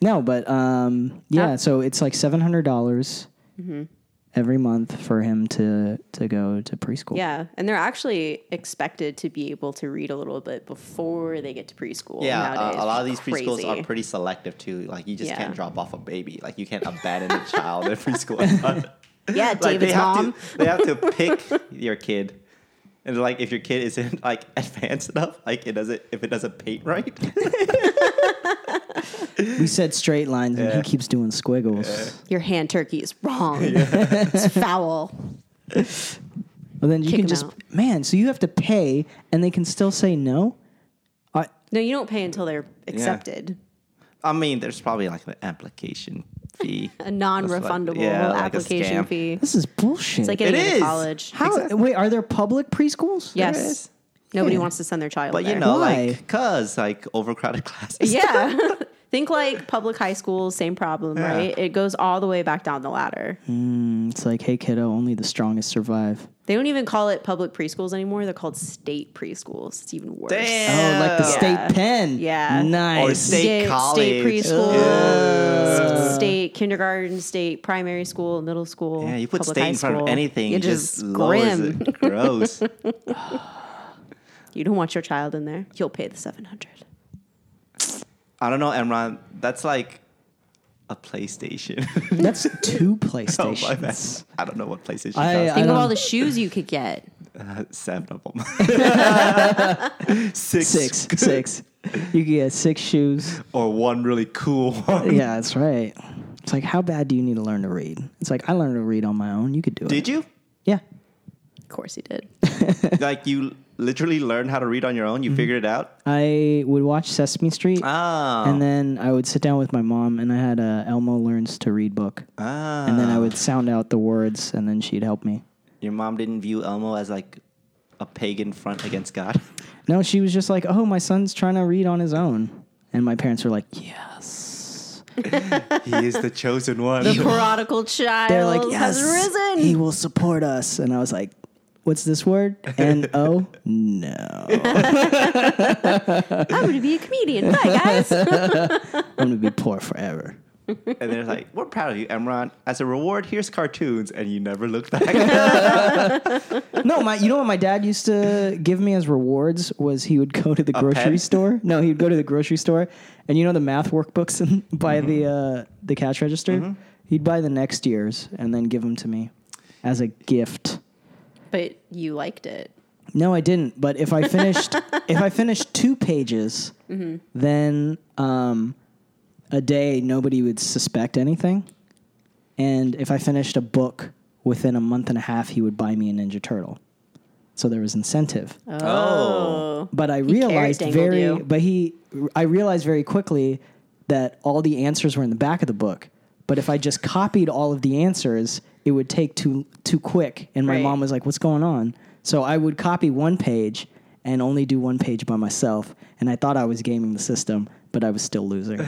No, but um, yeah,
Ah.
so it's like seven hundred dollars
Mm-hmm.
every month for him to to go to preschool.
Yeah, and they're actually expected to be able to read a little bit before they get to preschool.
yeah, uh,
nowadays,
a lot of
which
these
is
preschools
crazy.
are pretty selective too. Like you just
Yeah.
can't drop off a baby. Like you can't abandon a child at preschool.
Yeah,
like they
David's
have
mom.
to they have to pick your kid and like if your kid isn't like advanced enough like it doesn't if it doesn't paint right
We said straight lines, and
Yeah.
he keeps doing squiggles.
Your hand turkey is wrong. it's foul.
Well, then you
Kick
can
him
just
out.
man. So you have to pay, and they can still say no. I,
No, you don't pay until they're accepted.
i mean there's probably like an application fee
A non-refundable
That's like- yeah, like a
application
scam.
fee.
this is bullshit.
It's like getting
It
into
is.
college.
how? Wait, are there public preschools?
Yes.
is.
Nobody
Yeah.
wants to send their child
but
there.
you know
Why?
like cuz like overcrowded classes
Yeah. Think like public high school, same problem,
Yeah.
right? It goes all the way back down the ladder.
It's like, hey, kiddo, only the strongest survive.
They don't even call it public preschools anymore. They're called state preschools. It's even worse.
Damn.
Oh, like the
Yeah.
state pen.
Yeah.
or
Nice.
state
State,
college
state preschool,
Yeah.
s- state kindergarten, state primary school, middle school.
Yeah, you put
public
state
high
in front of
school.
anything,
It
it just
is
lowers
grim.
it. Gross.
You don't want your child in there. You'll pay the seven hundred.
I don't know, Emron. That's like a PlayStation.
That's two
oh, my bad.
PlayStations.
I don't know what PlayStation.
I-
does.
I-
Think of
don't-
all the shoes you could get.
Uh, seven of them. six,
six. Six. You can get six shoes.
or one really cool one.
Yeah, that's right. It's like, how bad do you need to learn to read? It's like, I learned to read on my own. You could do it.
Did you?
Yeah.
Of course, you did.
like you literally learned how to read on your own? You figured it out?
I would watch Sesame Street.
Ah,
And then I would sit down with my mom, and I had a Elmo Learns to Read book.
ah.
And then I would sound out the words, and then she'd help me.
Your mom didn't view Elmo as like a pagan front against God.
No, she was just like, "Oh, my son's trying to read on his own," and my parents were like, "Yes."
he is the chosen one.
The prodigal child
They're like,
has
"Yes,
risen.
he will support us," and I was like, "What's this word?" And oh no, I'm
I'm going to be a comedian. Bye, guys.
gonna be poor forever.
and they're like, "We're proud of you, Emron. As a reward, here's cartoons." And you never look back.
No, my you know what my dad used to give me as rewards was he would go to the grocery
pen?
store. No, he'd go to the grocery store and you know the math workbooks in, by the uh, the cash register. He'd buy the next year's and then give them to me as a gift.
but you liked it.
No, I didn't. But if I finished if I finished two pages, then um, a day nobody would suspect anything. And if I finished a book within a month and a half, he would buy me a Ninja Turtle. So there was incentive.
Oh.
But I realized
dangled
very
you.
but he I realized very quickly that all the answers were in the back of the book. But if I just copied all of the answers, it would take too too quick and my
Right.
mom was like, "What's going on?" So I would copy one page and only do one page by myself, and I thought I was gaming the system, but I was still losing.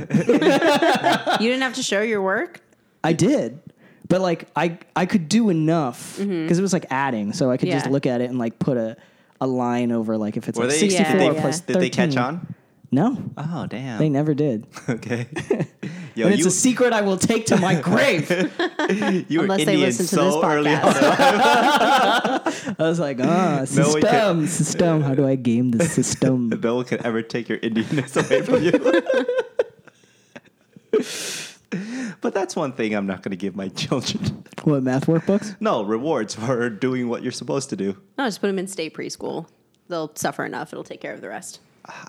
You didn't have to show your work?
I did. But like I I could do enough because it was like adding, so I could just
Mm-hmm. Yeah.
look at it and like put a a line over like if it's
Were
like
they?
sixty four
did, they
yeah.
plus
did they catch
13.
on?
No,
Oh damn.
they never did.
okay. Yo,
and it's
you,
a secret I will take to my grave.
you were
Unless they
Indian
listen to
so
this
early on.
podcast.
I was like, ah,
No one
system,
can-
system. How do I game the system?
No one can ever take your Indianness away from you. but that's one thing I'm not going to give my children.
what math workbooks?
No rewards for doing what you're supposed to do.
No, just put them in state preschool. They'll suffer enough. It'll take care of the rest.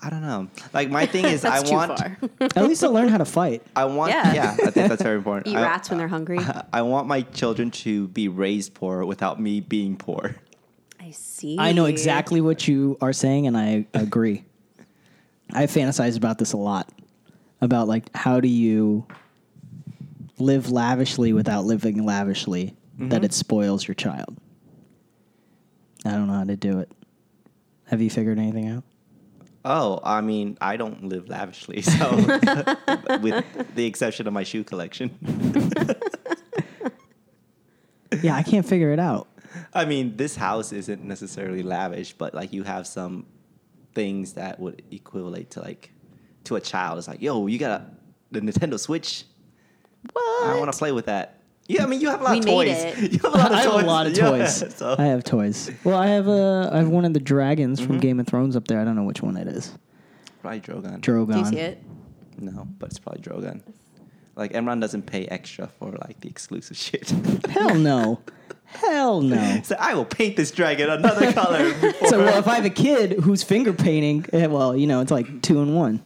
I don't know. Like my thing is, I
That's too
want,
far.
At least I'll learn how to fight.
I want,
Yeah.
yeah. I think that's very important.
Eat
I-
rats when they're hungry.
Uh-huh.
I want my children to be raised poor without me being poor.
I see.
I know exactly what you are saying, and I agree. I fantasize about this a lot. About like, how do you live lavishly without living lavishly?
Mm-hmm.
That it spoils your child. I don't know how to do it. Have you figured anything out?
Oh, I mean, I don't live lavishly, so with the exception of my shoe collection.
Yeah, I can't figure it out.
I mean, this house isn't necessarily lavish, but like you have some things that would equivalent to like to a child. It's like, yo, you got a, the Nintendo Switch. I want to play with that. Yeah, I mean, you have a lot
We
of
made
toys.
it.
You have a lot of
I have
toys.
a lot of
Yeah,
toys.
so-
I have toys. Well, I have a I have one of the dragons
Mm-hmm.
from Game of Thrones up there. I don't know which one it is.
Probably Drogon.
Drogon.
Do you see it?
no, but it's probably Drogon. Like Emron doesn't pay extra for like the exclusive shit.
Hell no. Hell no.
so I will paint this dragon another color. Before
So well, if I have a kid who's finger painting, eh, well, you know, it's like two in one.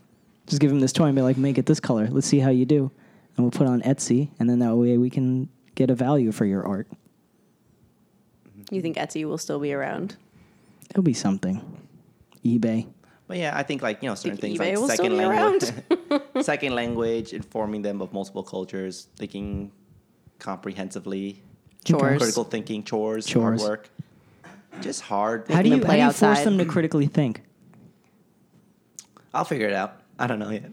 Just give him this toy and be like, make it this color. Let's see how you do, and we'll put it on Etsy, and then that way we can get a value for your art.
You think Etsy will still be around?
It'll be something. eBay.
But yeah, I think like you know certain
Think
things
eBay
like
will still
second
be
language, second language, informing them of multiple cultures, thinking comprehensively,
Chores.
critical thinking, chores,
Chores.
hard work, just hard.
How do you,
them
how
play
do you force
outside.
them to critically think?
I'll figure it out. I don't know yet.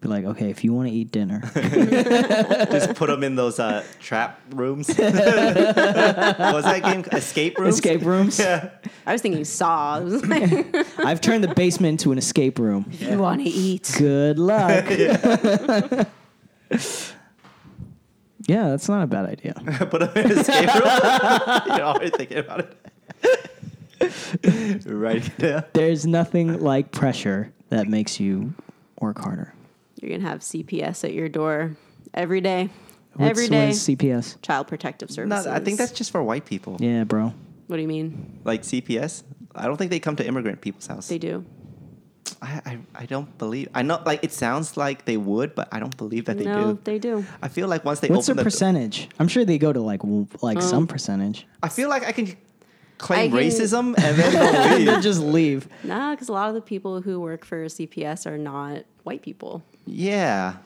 Be like, okay, if you want to eat dinner,
Just put them in those uh, trap rooms. what was that game? Escape rooms.
escape rooms.
Yeah.
I was thinking saw. It was like,
I've turned the basement into an escape room.
if you want to eat.
Good luck. yeah. that's not a bad idea.
put them in an escape room. You're already thinking about it. right. Yeah.
There's nothing like pressure that makes you work harder.
You're going to have CPS at your door every day.
What's-
every day.
What is CPS?
Child Protective
No,
Services.
I think that's just for white people.
Yeah, bro.
What do you mean?
Like CPS. I don't think they come to immigrant people's house.
They do.
I, I, I don't believe I know like it sounds like they would, but I don't believe that they
no,
do.
they do.
I feel like once they
What's
open
their
the
percentage? I'm sure they go to like w-
Oh.
like some percentage.
I feel like I can
I
claim
can-
racism and then they'll
And
leave.
then just leave.
Nah, because a lot of the people who work for CPS are not white people.
yeah.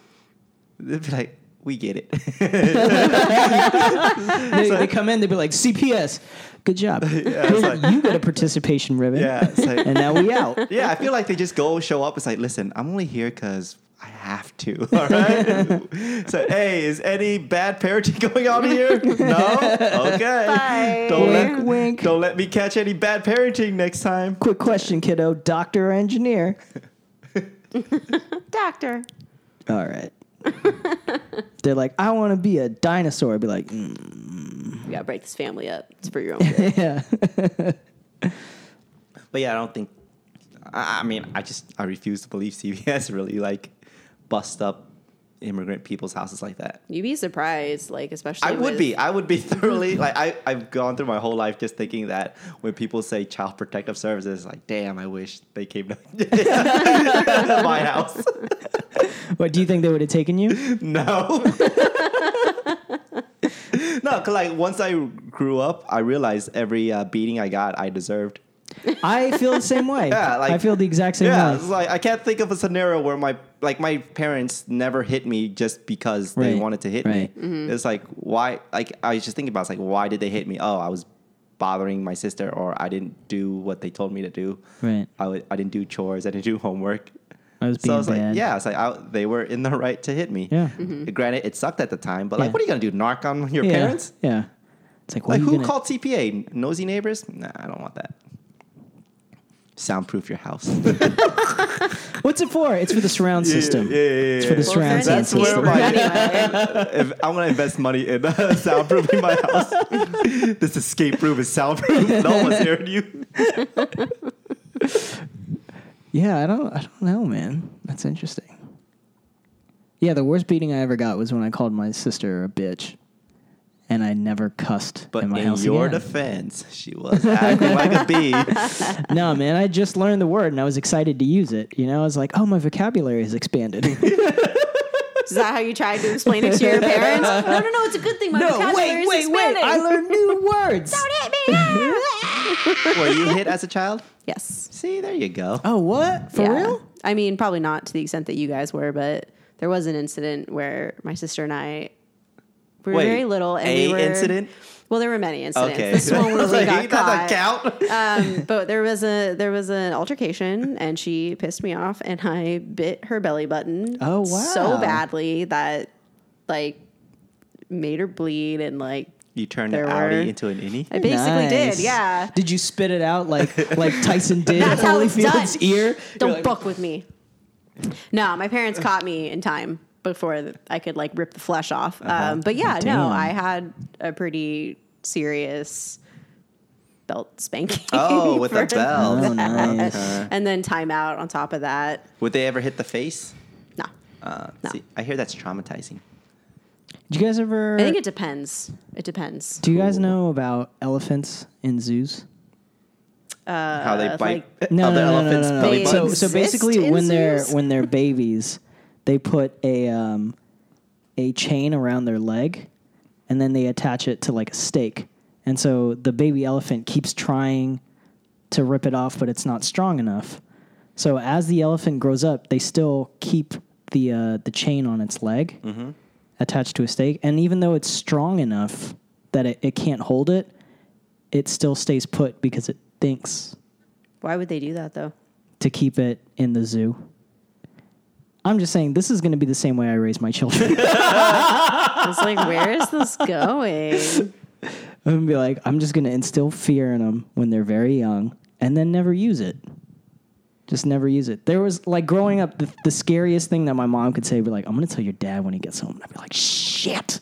They'd be like, we get it.
They, they come in, they be like, CPS, good job.
it's like-
you get a participation ribbon.
Yeah, it's like-
and now we out.
yeah, I feel like they just go show up. It's like, listen, I'm only here because I have to. All right. so, hey, is any bad parenting going on here? No. Okay.
Bye.
Don't let
Wink, wink.
don't let me catch any bad parenting next time.
Quick question, kiddo. Doctor or engineer?
Doctor.
All right. They're like, I want to be a dinosaur. I'd be like, "Mm,
We gotta break this family up. It's for your own good.
yeah.
But yeah, I don't think. I I mean, I just I refuse to believe CBS really like bust up immigrant people's houses like that.
You'd be surprised, like especially.
I would
with-
be. I would be thoroughly like I, I've gone through my whole life just thinking that when people say child protective services, like, damn, I wish they came to my house.
What do you think they would have taken you?
No. no, cause like once I grew up, I realized every uh, beating I got, I deserved.
I feel the same way.
Yeah, like-
I feel the exact same
Yeah,
way.
it's like I can't think of a scenario where my like my parents never hit me just because they
Right,
wanted to hit
right.
me. It's like why? Like I was just thinking about. It's like why did they hit me? Oh, I was bothering my sister, or I didn't do what they told me to do.
Right.
I w- I didn't do chores. I didn't do homework.
I was being
So it's
bad.
like, yeah, it's like I, they were in the right to hit me.
Yeah.
Granted, it sucked at the time, but
Yeah.
like, what are you gonna do? Narc on your
yeah.
parents?
Yeah. It's like, what
Like,
are you
who
gonna-
called CPA? Nosy neighbors? Nah, I don't want that. Soundproof your house.
What's it for? It's for the surround system.
Yeah, yeah, yeah,
It's for the
yeah.
surround sound
That's
system.
where my
Anyway.
if I'm gonna invest money in soundproofing my house. this escape room is soundproof. No one's hearing you.
Yeah, I don't I don't know, man. That's interesting. Yeah, the worst beating I ever got was when I called my sister a bitch. And I never cussed
But
in
in,
my house
your
again.
defense, she was acting like a bee.
no, man, I just learned the word and I was excited to use it. You know, I was like, oh, my vocabulary has expanded.
Is that how you tried to explain it to your parents? No, no, no. It's a good thing. My vocabulary is expanding.
I learned new words.
Don't hit me.
Were you hit as a child?
yes.
See, there you go.
oh, what? For
Yeah.
real?
I mean, probably not to the extent that you guys were, but there was an incident where my sister and I we were
Wait,
very little. And
a
we were,
incident?
Well, there were many
Oh,
incidents.
Okay,
This one really
Like,
got
he
caught.
doesn't count.
Um, but there was a there was an altercation, and she pissed me off, and I bit her belly button.
Oh, wow.
So badly that like made her bleed, and like
You turned
There
an Audi
were-
into an innie.
I basically
Nice.
did. Yeah.
Did you spit it out like like Tyson did in
That's how it's
Holyfield's
done.
ear?
Don't
You're like,
fuck with me. No, my parents caught me in time before th- I could like rip the flesh off. Um, but yeah, no,
Uh-huh. Damn.
I had a pretty serious belt spanking.
Oh, with the
for
belt.
Oh,
that.
nice.
And then timeout on top of that.
Would they ever hit the face?
No.
Uh,
No.
see, I hear that's traumatizing.
Did you guys ever?
I think it depends. It depends.
do you guys know about elephants in zoos?
How they
Uh,
bite
No,
other
no, no,
elephants'
no, no,
belly
no.
They
So,
buttons?
so
exist
basically,
in
when they're
zoos?
when they're babies, they put a um, a chain around their leg, and then they attach it to like a stake. And so the baby elephant keeps trying to rip it off, but it's not strong enough. So as the elephant grows up, they still keep the uh, the chain on its leg
Mm-hmm.
attached to a stake, and even though it's strong enough that it, it can't hold it, it still stays put because it thinks
Why would they do that though?
to keep it in the zoo. I'm just saying this is going to be the same way I raise my children.
I was like, where is this going?
I'm gonna be like, I'm just going to instill fear in them when they're very young, and then never use it. Just never use it. There was like growing up, the, the scariest thing that my mom could say would be like, "I'm going to tell your dad when he gets home." And I'd be like, "Shit,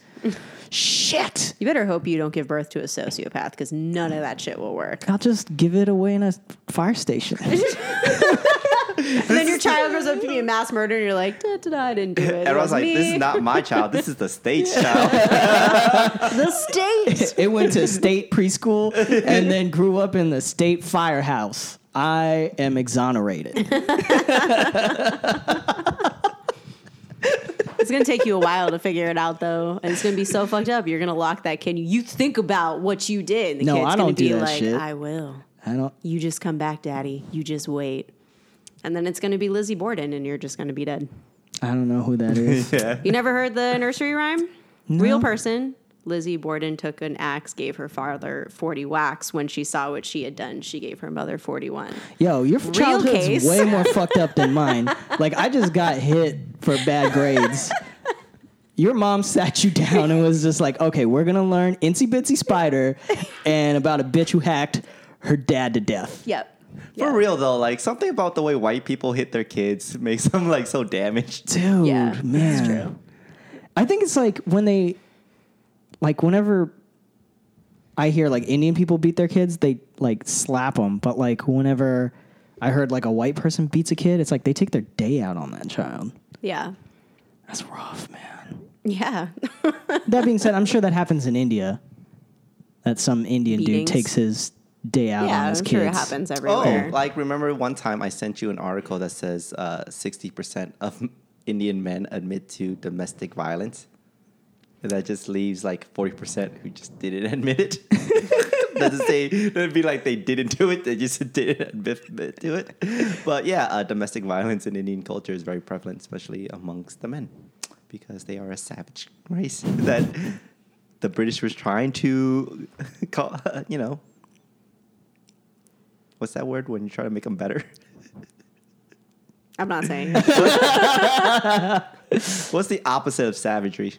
shit."
You better hope you don't give birth to a sociopath because none of that shit will work.
I'll just give it away in a fire station.
And then your child grows up to be a mass murderer, and you're like, da, da, da, I didn't do it. it.
Everyone's
was
like,
me.
this is not my child. This is the state's child.
the state.
it went to state preschool and then grew up in the state firehouse. I am exonerated.
It's gonna take you a while to figure it out, though, and it's gonna be so fucked up. You're gonna lock that kid. You think about what you did. And the
No,
kid's
I
gonna
don't do
be
that
like,
shit.
I will.
I don't.
You just come back, daddy. You just wait, and then it's gonna be Lizzie Borden, and you're just gonna be dead.
I don't know who that is.
yeah.
You never heard the nursery rhyme? Real person. Lizzie Borden took an axe, gave her father 40 whacks. When she saw what she had done, she gave her mother 41.
Yo, your childhood's
case.
way more fucked up than mine. Like I just got hit for bad grades. Your mom sat you down and was just like, "Okay, we're gonna learn Incy Bitsy Spider, and about a bitch who hacked her dad to death."
Yep.
For real though, like something about the way white people hit their kids makes them like so damaged.
Dude,
Yeah,
man. I think it's like when they, like whenever I hear like Indian people beat their kids, they like slap them. But like whenever I heard like a white person beats a kid, it's like they take their day out on that child.
Yeah.
That's rough, man.
Yeah.
That being said, I'm sure that happens in India. That some Indian dude
Beatings.
takes his day out on
yeah. I'm
his
sure it
kids.
happens
Oh,
everywhere.
like remember one time I sent you an article that says uh, sixty percent of Indian men admit to domestic violence. And that just leaves like forty percent who just didn't admit it. Doesn't say it'd be like they didn't do it; they just didn't admit, admit to it. But yeah, uh, domestic violence in Indian culture is very prevalent, especially amongst the men, because they are a savage race that the British was trying to, call, you know, what's that word when you try to make them better?
I'm not saying.
What's the opposite of savagery?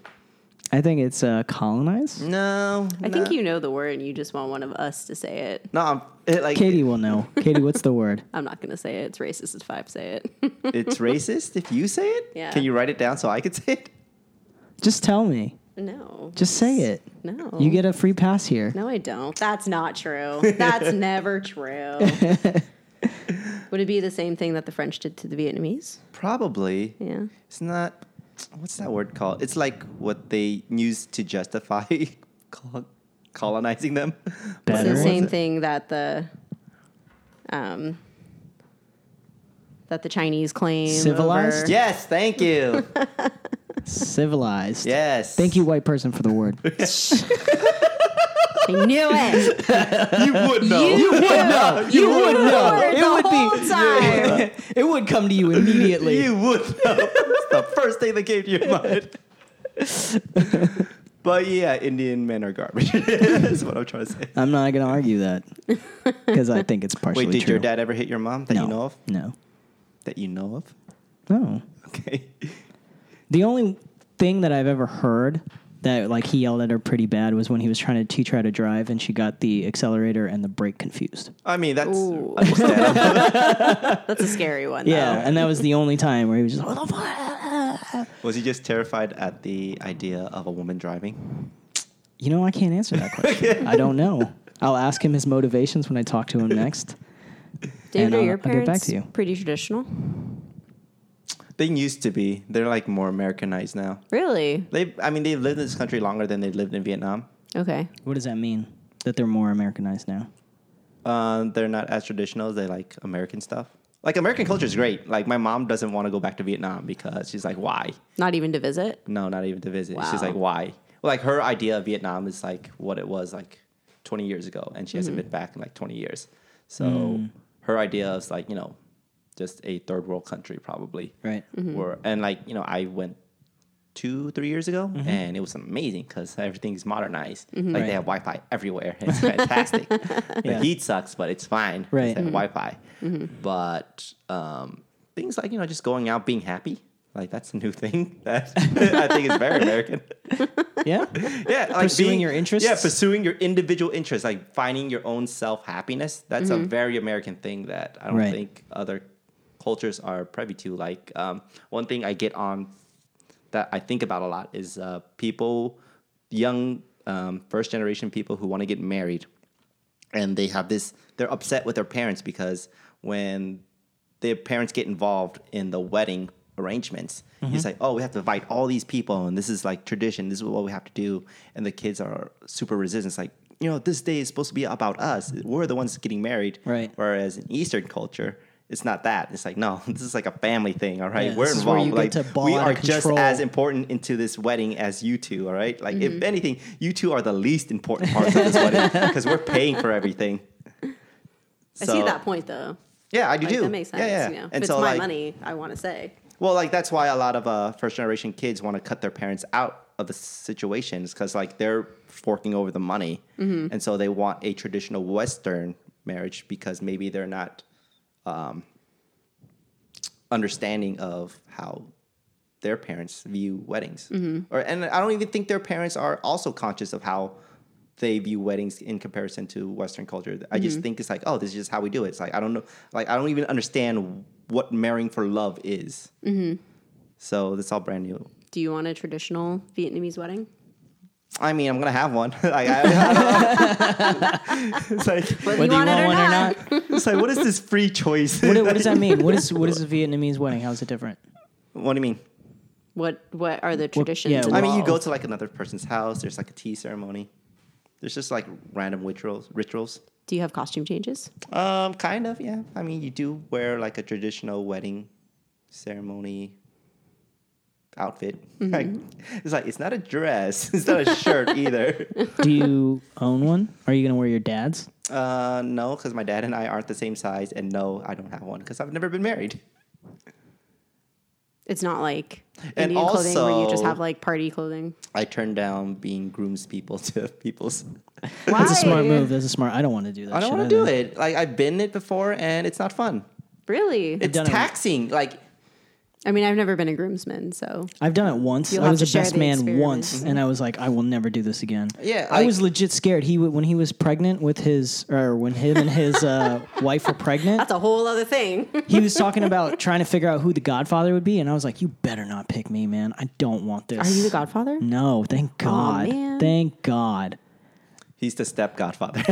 I think it's uh, colonized.
No,
I think you know the word and you just want one of us to say it.
No, I'm, it, like
Katie will know. Katie, what's the word?
I'm not going to say it. It's racist if I say it.
it's racist if you say it.
Yeah.
Can you write it down so I could say it?
Just tell me.
no.
Just say it.
No.
You get a free pass here.
No, I don't. That's not true. That's never true. Would it be the same thing that the French did to the Vietnamese?
Probably.
Yeah.
It's not. What's that word called? It's like what they use to justify col- colonizing them.
It's
Better.
the
What
was
same
it?
thing that the um that the Chinese claim
Civilized?
over-
Yes, thank you.
Civilized.
yes.
Thank you, white person, for the word.
I knew it.
You would know.
know.
would
You would know.
It
It would
the
be-
whole time.
it would come to you immediately.
You would know. It's the first thing that came to your mind. but yeah, Indian men are garbage. That's what I'm trying to say.
I'm not going to argue that because I think it's partially
Wait, did
true.
your dad ever hit your mom that
no.
you know of?
No.
That you know of?
No.
Okay.
The only thing that I've ever heard that like he yelled at her pretty bad was when he was trying to teach her how to drive and she got the accelerator and the brake confused.
I mean, that's
Ooh.
understandable.
That's a scary one.
Yeah,
though.
Oh, and that was the only time where he was just like, what the fuck?
Was he just terrified at the idea of a woman driving?
You know, I can't answer that question. I don't know. I'll ask him his motivations when I talk to him next.
David,
and
are
I'll-
your
I'll get back
parents
to you.
pretty traditional?
They used to be. They're like more Americanized now.
Really?
They, I mean, they've lived in this country longer than they lived in Vietnam.
Okay.
What does that mean? That they're more Americanized now?
Um, they're not as traditional as they like American stuff. Like American culture is great. Like my mom doesn't want to go back to Vietnam because she's like, why?
Not even to visit?
No, not even to visit. She's
Wow.
like, why? Well, like her idea of Vietnam is like what it was like 20 years ago, and she hasn't been back in like 20 years. So her idea is like you know, just a third world country probably.
Right.
Where and like you know, I went two three years ago, and it was amazing because everything's modernized. Like
Mm-hmm. Right.
they have Wi-Fi everywhere. It's fantastic. The
Yeah.
heat sucks, but it's fine. 'cause
Right. Mm-hmm.
They have Wi-Fi. But um, things like you know, just going out, being happy. Like that's a new thing that I think is very American.
Yeah?
Yeah, like
Pursuing your interests?
Yeah, pursuing your individual interests, like finding your own self happiness. That's a very American thing that I don't
Mm-hmm. Right.
think other cultures are privy to. Like um, one thing I get on that I think about a lot is uh, people, young um, first generation people who want to get married, and they have this. They're upset with their parents because when their parents get involved in the wedding arrangements.
Mm-hmm.
It's like, oh, we have to invite all these people, and this is like tradition. This is what we have to do. And the kids are super resistant. It's like, you know, this day is supposed to be about us. We're the ones getting married.
Right.
Whereas in Eastern culture, it's not that. It's like, no, this is like a family thing. All right,
Yeah,
we're
this is where
involved.
you
like
get to ball
we
out
are
of
just
control.
as important into this wedding as you two. All right. Like
Mm-hmm.
if anything, you two are the least important parts of this wedding because we're paying for everything.
I see
So-
that point though.
Yeah, I do
Like,
too.
that makes sense.
Yeah, yeah.
You know? If
And
it's
so,
my
like,
money, I want to say.
Well, like that's why a lot of uh, first generation kids want to cut their parents out of the situations because like they're forking over the money, and so they want a traditional Western marriage because maybe they're not um, understanding of how their parents view weddings, or and I don't even think their parents are also conscious of how they view weddings in comparison to Western culture. I just think it's like, oh, this is just how we do it. It's like I don't know, like I don't even understand what marrying for love is. So that's all brand new.
Do you want a traditional Vietnamese wedding?
I mean, I'm gonna have one. like, I, it's like,
Whether you want, one or not.
it's like, what is this free choice?
What, what does that mean? What is what is a Vietnamese wedding? How is it different?
What do you mean?
What What are the traditions?
yeah,
I
involved?
mean, you
Wow.
go to like another person's house. There's like a tea ceremony. There's just like random rituals. Rituals.
Do you have costume changes?
Um, kind of, yeah. I mean, you do wear like a traditional wedding ceremony outfit.
Mm-hmm.
Like, it's like it's not a dress. It's not a shirt either.
Do you own one? Are you gonna wear your dad's?
Uh, no, because my dad and I aren't the same size, and no, I don't have one because I've never been married.
It's not like
And
Indian clothing where you just
also-
have like party clothing.
I turned down being groomspeople to people's.
Why?
That's a smart move. That's a smart. I don't want to do that.
I don't
shit
want to do
either.
it. Like I've been it before, and it's not fun.
Really?
It's
done it-
taxing. Like
I mean, I've never been a groomsman, so
I've done it once.
You'll
I
have
was
to
a
share
best
the
man
experience. Mm-hmm.
once, and I was like, I will never do this again.
Yeah,
I
like-
was legit scared. He w- when he was pregnant with his, or when him and his uh, wife were pregnant,
that's a whole other thing.
he was talking about trying to figure out who the Godfather would be, and I was like, you better not pick me, man. I don't want this.
Are you the Godfather?
No, thank God.
man.
thank God.
he's the step godfather.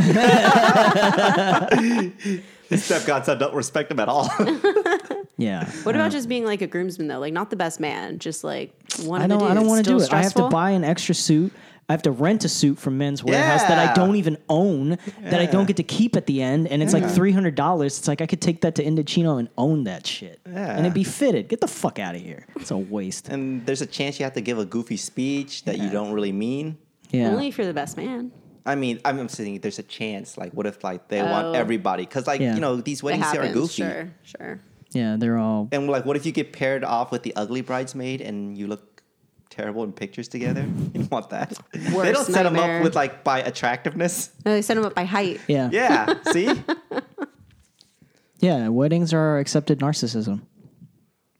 His step godson don't respect him at all.
Yeah.
What about just being like a groomsman though? Like not the best man, just like one
I
of the
don't.
dudes.
I don't want to
Still
do it. I have to
stressful?
buy an extra suit. I have to rent a suit from Men's Warehouse that I
Yeah.
don't even own, that I don't get to keep at the end, and it's like three hundred dollars. It's like I could take that to Indochino and own that shit, and
Yeah.
it'd be fitted. Get the fuck out of here. It's a waste.
and there's a chance you have to give a goofy speech that you don't really mean.
Yeah.
Only if you're the best man.
I mean, I'm I'm saying there's a chance. Like, what if like they
Oh.
want everybody? Because like
Yeah.
you know these
It
weddings here are
happens.
goofy.
Sure, sure.
yeah. They're all.
And like, what if you get paired off with the ugly bridesmaid and you look terrible in pictures together? You don't want that. they don't
Worst
set them
nightmare.
up with like by attractiveness.
No, they set him up by height.
Yeah. Yeah.
Yeah. see.
Weddings are accepted narcissism.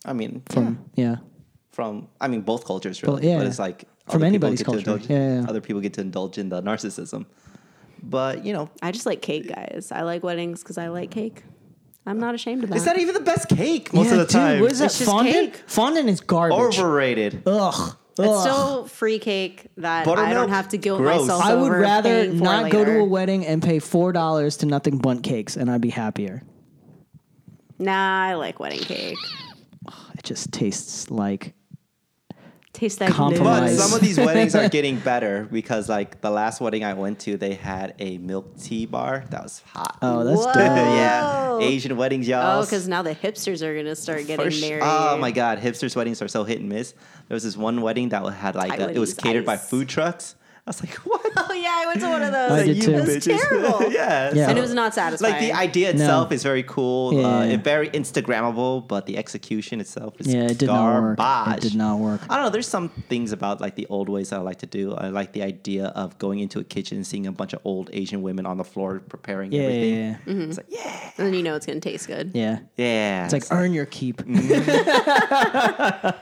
I mean, yeah,
From yeah.
from I mean both cultures really.
yeah.
But it's like
From
other people
anybody's
get to
culture.
indulge-
Yeah, yeah, yeah.
Other people get to indulge in the narcissism. But you know,
I just like cake, guys. I like weddings because I like cake. I'm not ashamed of that.
it's not even the best cake most
yeah,
of the
dude,
time.
What is that?
It's just
fondant.
cake.
Fondant is garbage.
Overrated.
Ugh.
It's
Ugh.
still free cake that I
Buttermilk?
don't have to guilt
Gross.
myself.
I would
over
rather
paying for
not go to
later.
a wedding and pay four dollars to nothing bunt cakes, and I'd be happier.
Nah, I like wedding cake.
It just tastes like
Taste that
But
Compromise. Nice.
glue.
some of these weddings are getting better because, like, the last wedding I went to, they had a milk tea bar that was hot.
oh, that's
Whoa.
dope.
yeah,
Oh.
Asian weddings, y'all.
Oh, because now the hipsters are gonna start getting
First-
married.
Oh my god, hipsters' weddings are so hit and miss. There was this one wedding that had like
I
a, it was
wouldn't
catered by
ice.
food trucks. I was like, what?
Oh yeah, I went to one of those.
I did
you
too.
It was
bitches.
terrible.
yeah,
Yeah.
so-
And it was not satisfying.
Like the idea
No.
itself is very cool,
Yeah.
uh, it, very Instagrammable, but the execution itself is
Yeah, it did
garbage.
not work. It did not work.
I don't know. There's some things about like the old ways that I like to do. I like the idea of going into a kitchen and seeing a bunch of old Asian women on the floor preparing
Yeah,
everything.
yeah, yeah.
It's
Mm-hmm.
like yeah,
and then you know it's gonna taste good.
yeah.
yeah.
It's like earn your keep.
Mm-hmm.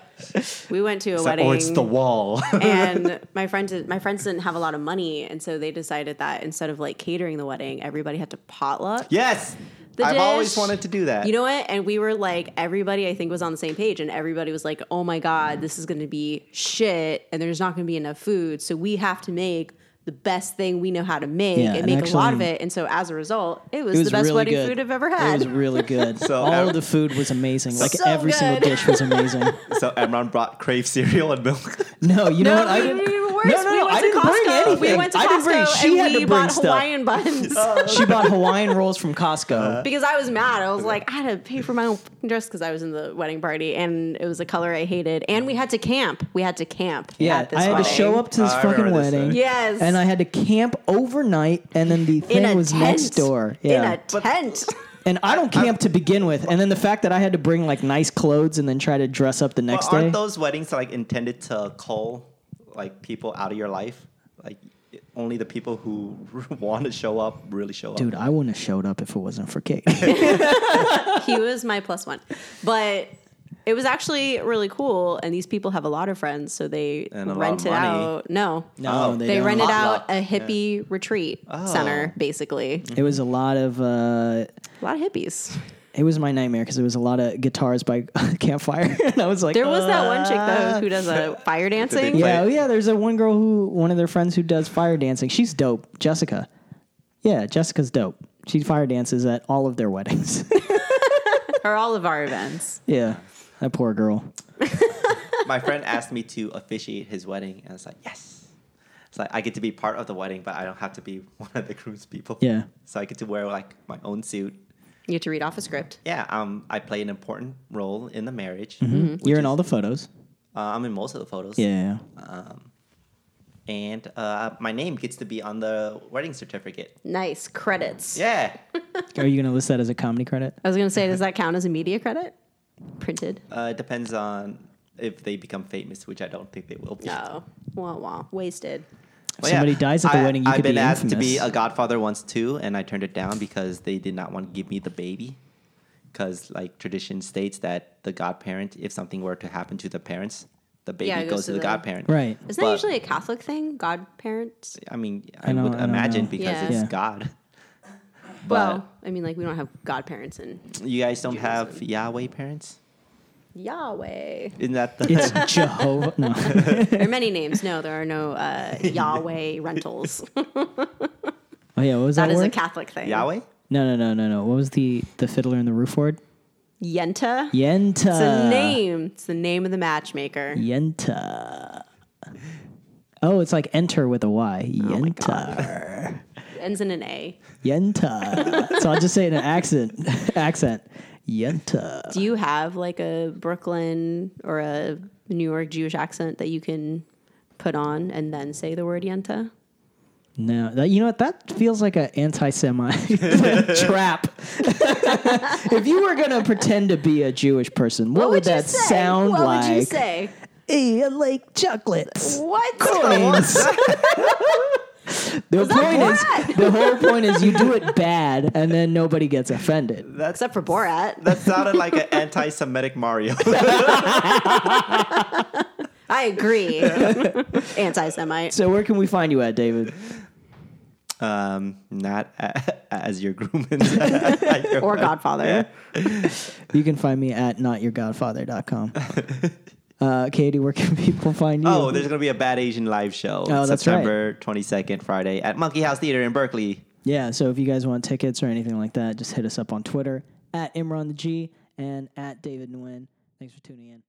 We went to a
it's like,
wedding.
or it's the wall.
and my friends my friends didn't have a lot of money and so they decided that instead of like catering the wedding everybody had to potluck
yes,
The
I've always
dish.
wanted to do that.
you know what and we were like everybody i think was on the same page and everybody was like oh my god this is going to be shit and there's not going to be enough food so we have to make the best thing we know how to make
Yeah,
and
and
make a lot of
actually-
it and so as a result it was,
It was
the best
really
wedding
good.
food i've ever
It
had
was really good.
So,
all
um,
of the food was amazing. Like
So
every single
good.
dish was amazing.
so Emron brought crave cereal and milk.
No, you know
no,
what? I
we,
didn't.
we were worse.
No, no,
we
no, I
went to
didn't bring
Costco.
anything.
We went to
I didn't
Costco
bring. She
and
had
we
to bring
bought
stuff.
Hawaiian buns.
She bought Hawaiian rolls from Costco.
because I was mad. I was like, I had to pay for my own fucking dress because I was in the wedding party and it was a color I hated. And we had to camp. We had to camp.
Yeah,
at this
I had to
wedding.
show up to this
I
fucking
remember this
wedding.
thing.
Yes.
and I had to camp overnight, and then the
in
thing
a
was
tent.
next door. Yeah,
In a tent.
And I don't camp to begin with, and then the fact that I had to bring like nice clothes and then try to dress up the
But
next day.
aren't those weddings like intended to call like people out of your life? Like only the people who want to show up really show up.
Dude, I wouldn't have showed up if it wasn't for Kate.
he was my plus one. But it was actually really cool. And these people have a lot of friends, so they
And a lot of
rented
money.
out. No,
no,
Oh.
they,
they,
don't.
rented
Potluck.
out a hippie retreat
Oh.
center, basically.
It was a lot of. Uh,
A lot of hippies.
it was my nightmare because it was a lot of guitars by campfire, and I was like,
There was that one chick though
"Uh,
who does a fire dancing.
play-
Yeah, oh yeah. There's a one girl who one of their friends who does fire dancing. She's dope, Jessica. Yeah, Jessica's dope. She fire dances at all of their weddings.
or all of our events.
yeah, that poor girl.
My friend asked me to officiate his wedding, and I was like, yes. It's like I get to be part of the wedding, but I don't have to be one of the groom's people.
Yeah.
So I get to wear like my own suit.
You get to read off a script.
Yeah. Um, I play an important role in the marriage.
Mm-hmm. You're in all the photos.
Uh, I'm in most of the photos. Um,
Yeah.
And uh, my name gets to be on the wedding certificate.
Nice credits.
Yeah.
Are you gonna list that as a comedy credit?
I was gonna say, does that count as a media credit? Printed.
Uh, it depends on if they become famous, which I don't think they will. be.
No. Wah wah. Wasted.
If somebody dies at the wedding, you
I've
could
been
be
asked
infamous.
to be a godfather once too, and I turned it down because they did not want to give me the baby. Because like tradition states that the godparent, if something were to happen to the parents, the baby
Yeah, it
goes, to the, godparent.
right.
Isn't that
But-
usually a Catholic thing? Godparents?
I mean, I,
I know,
would
I don't
imagine
know.
because
Yeah.
it's
Yeah.
God. But
well, I mean, like we don't have godparents in
you guys don't have Yahweh parents.
Yahweh.
Isn't that the
It's Jehovah. No.
There are many names. No, there are no uh, Yahweh rentals.
Oh yeah. What was that,
that is a
word?
Catholic thing.
Yahweh?
no, no, no, no, no. What was the the fiddler in the roof word?
Yenta.
Yenta.
It's a name. It's the name of the matchmaker.
Yenta. Oh, it's like enter with a Y.
Oh
Yenta.
Ends in an A.
Yenta. so I'll just say it in an accent. accent. Yenta.
Do you have like a Brooklyn or a New York Jewish accent that you can put on and then say the word Yenta?
No, that, you know what? That feels like an anti-Semite trap. if you were gonna pretend to be a Jewish person, what, would, that sound
what
like?
would you say?
Hey, I like chocolates.
What?
Coins. the point is, the whole point is, you do it bad, and then nobody gets offended.
That's
Except for Borat.
that sounded like an anti-Semitic Mario.
I agree. Anti Semite.
So where can we find you at, David?
um, not a- as your groom. and-
Or Godfather.
You can find me at notyourgodfather.com. Uh, Katie, where can people find you?
Oh, there's gonna be a Bad Asian live show.
Oh, that's
September twenty second, Friday at Monkey House Theater in Berkeley.
yeah. So if you guys want tickets or anything like that, just hit us up on Twitter at Imran the G and at David Nguyen. Thanks for tuning in.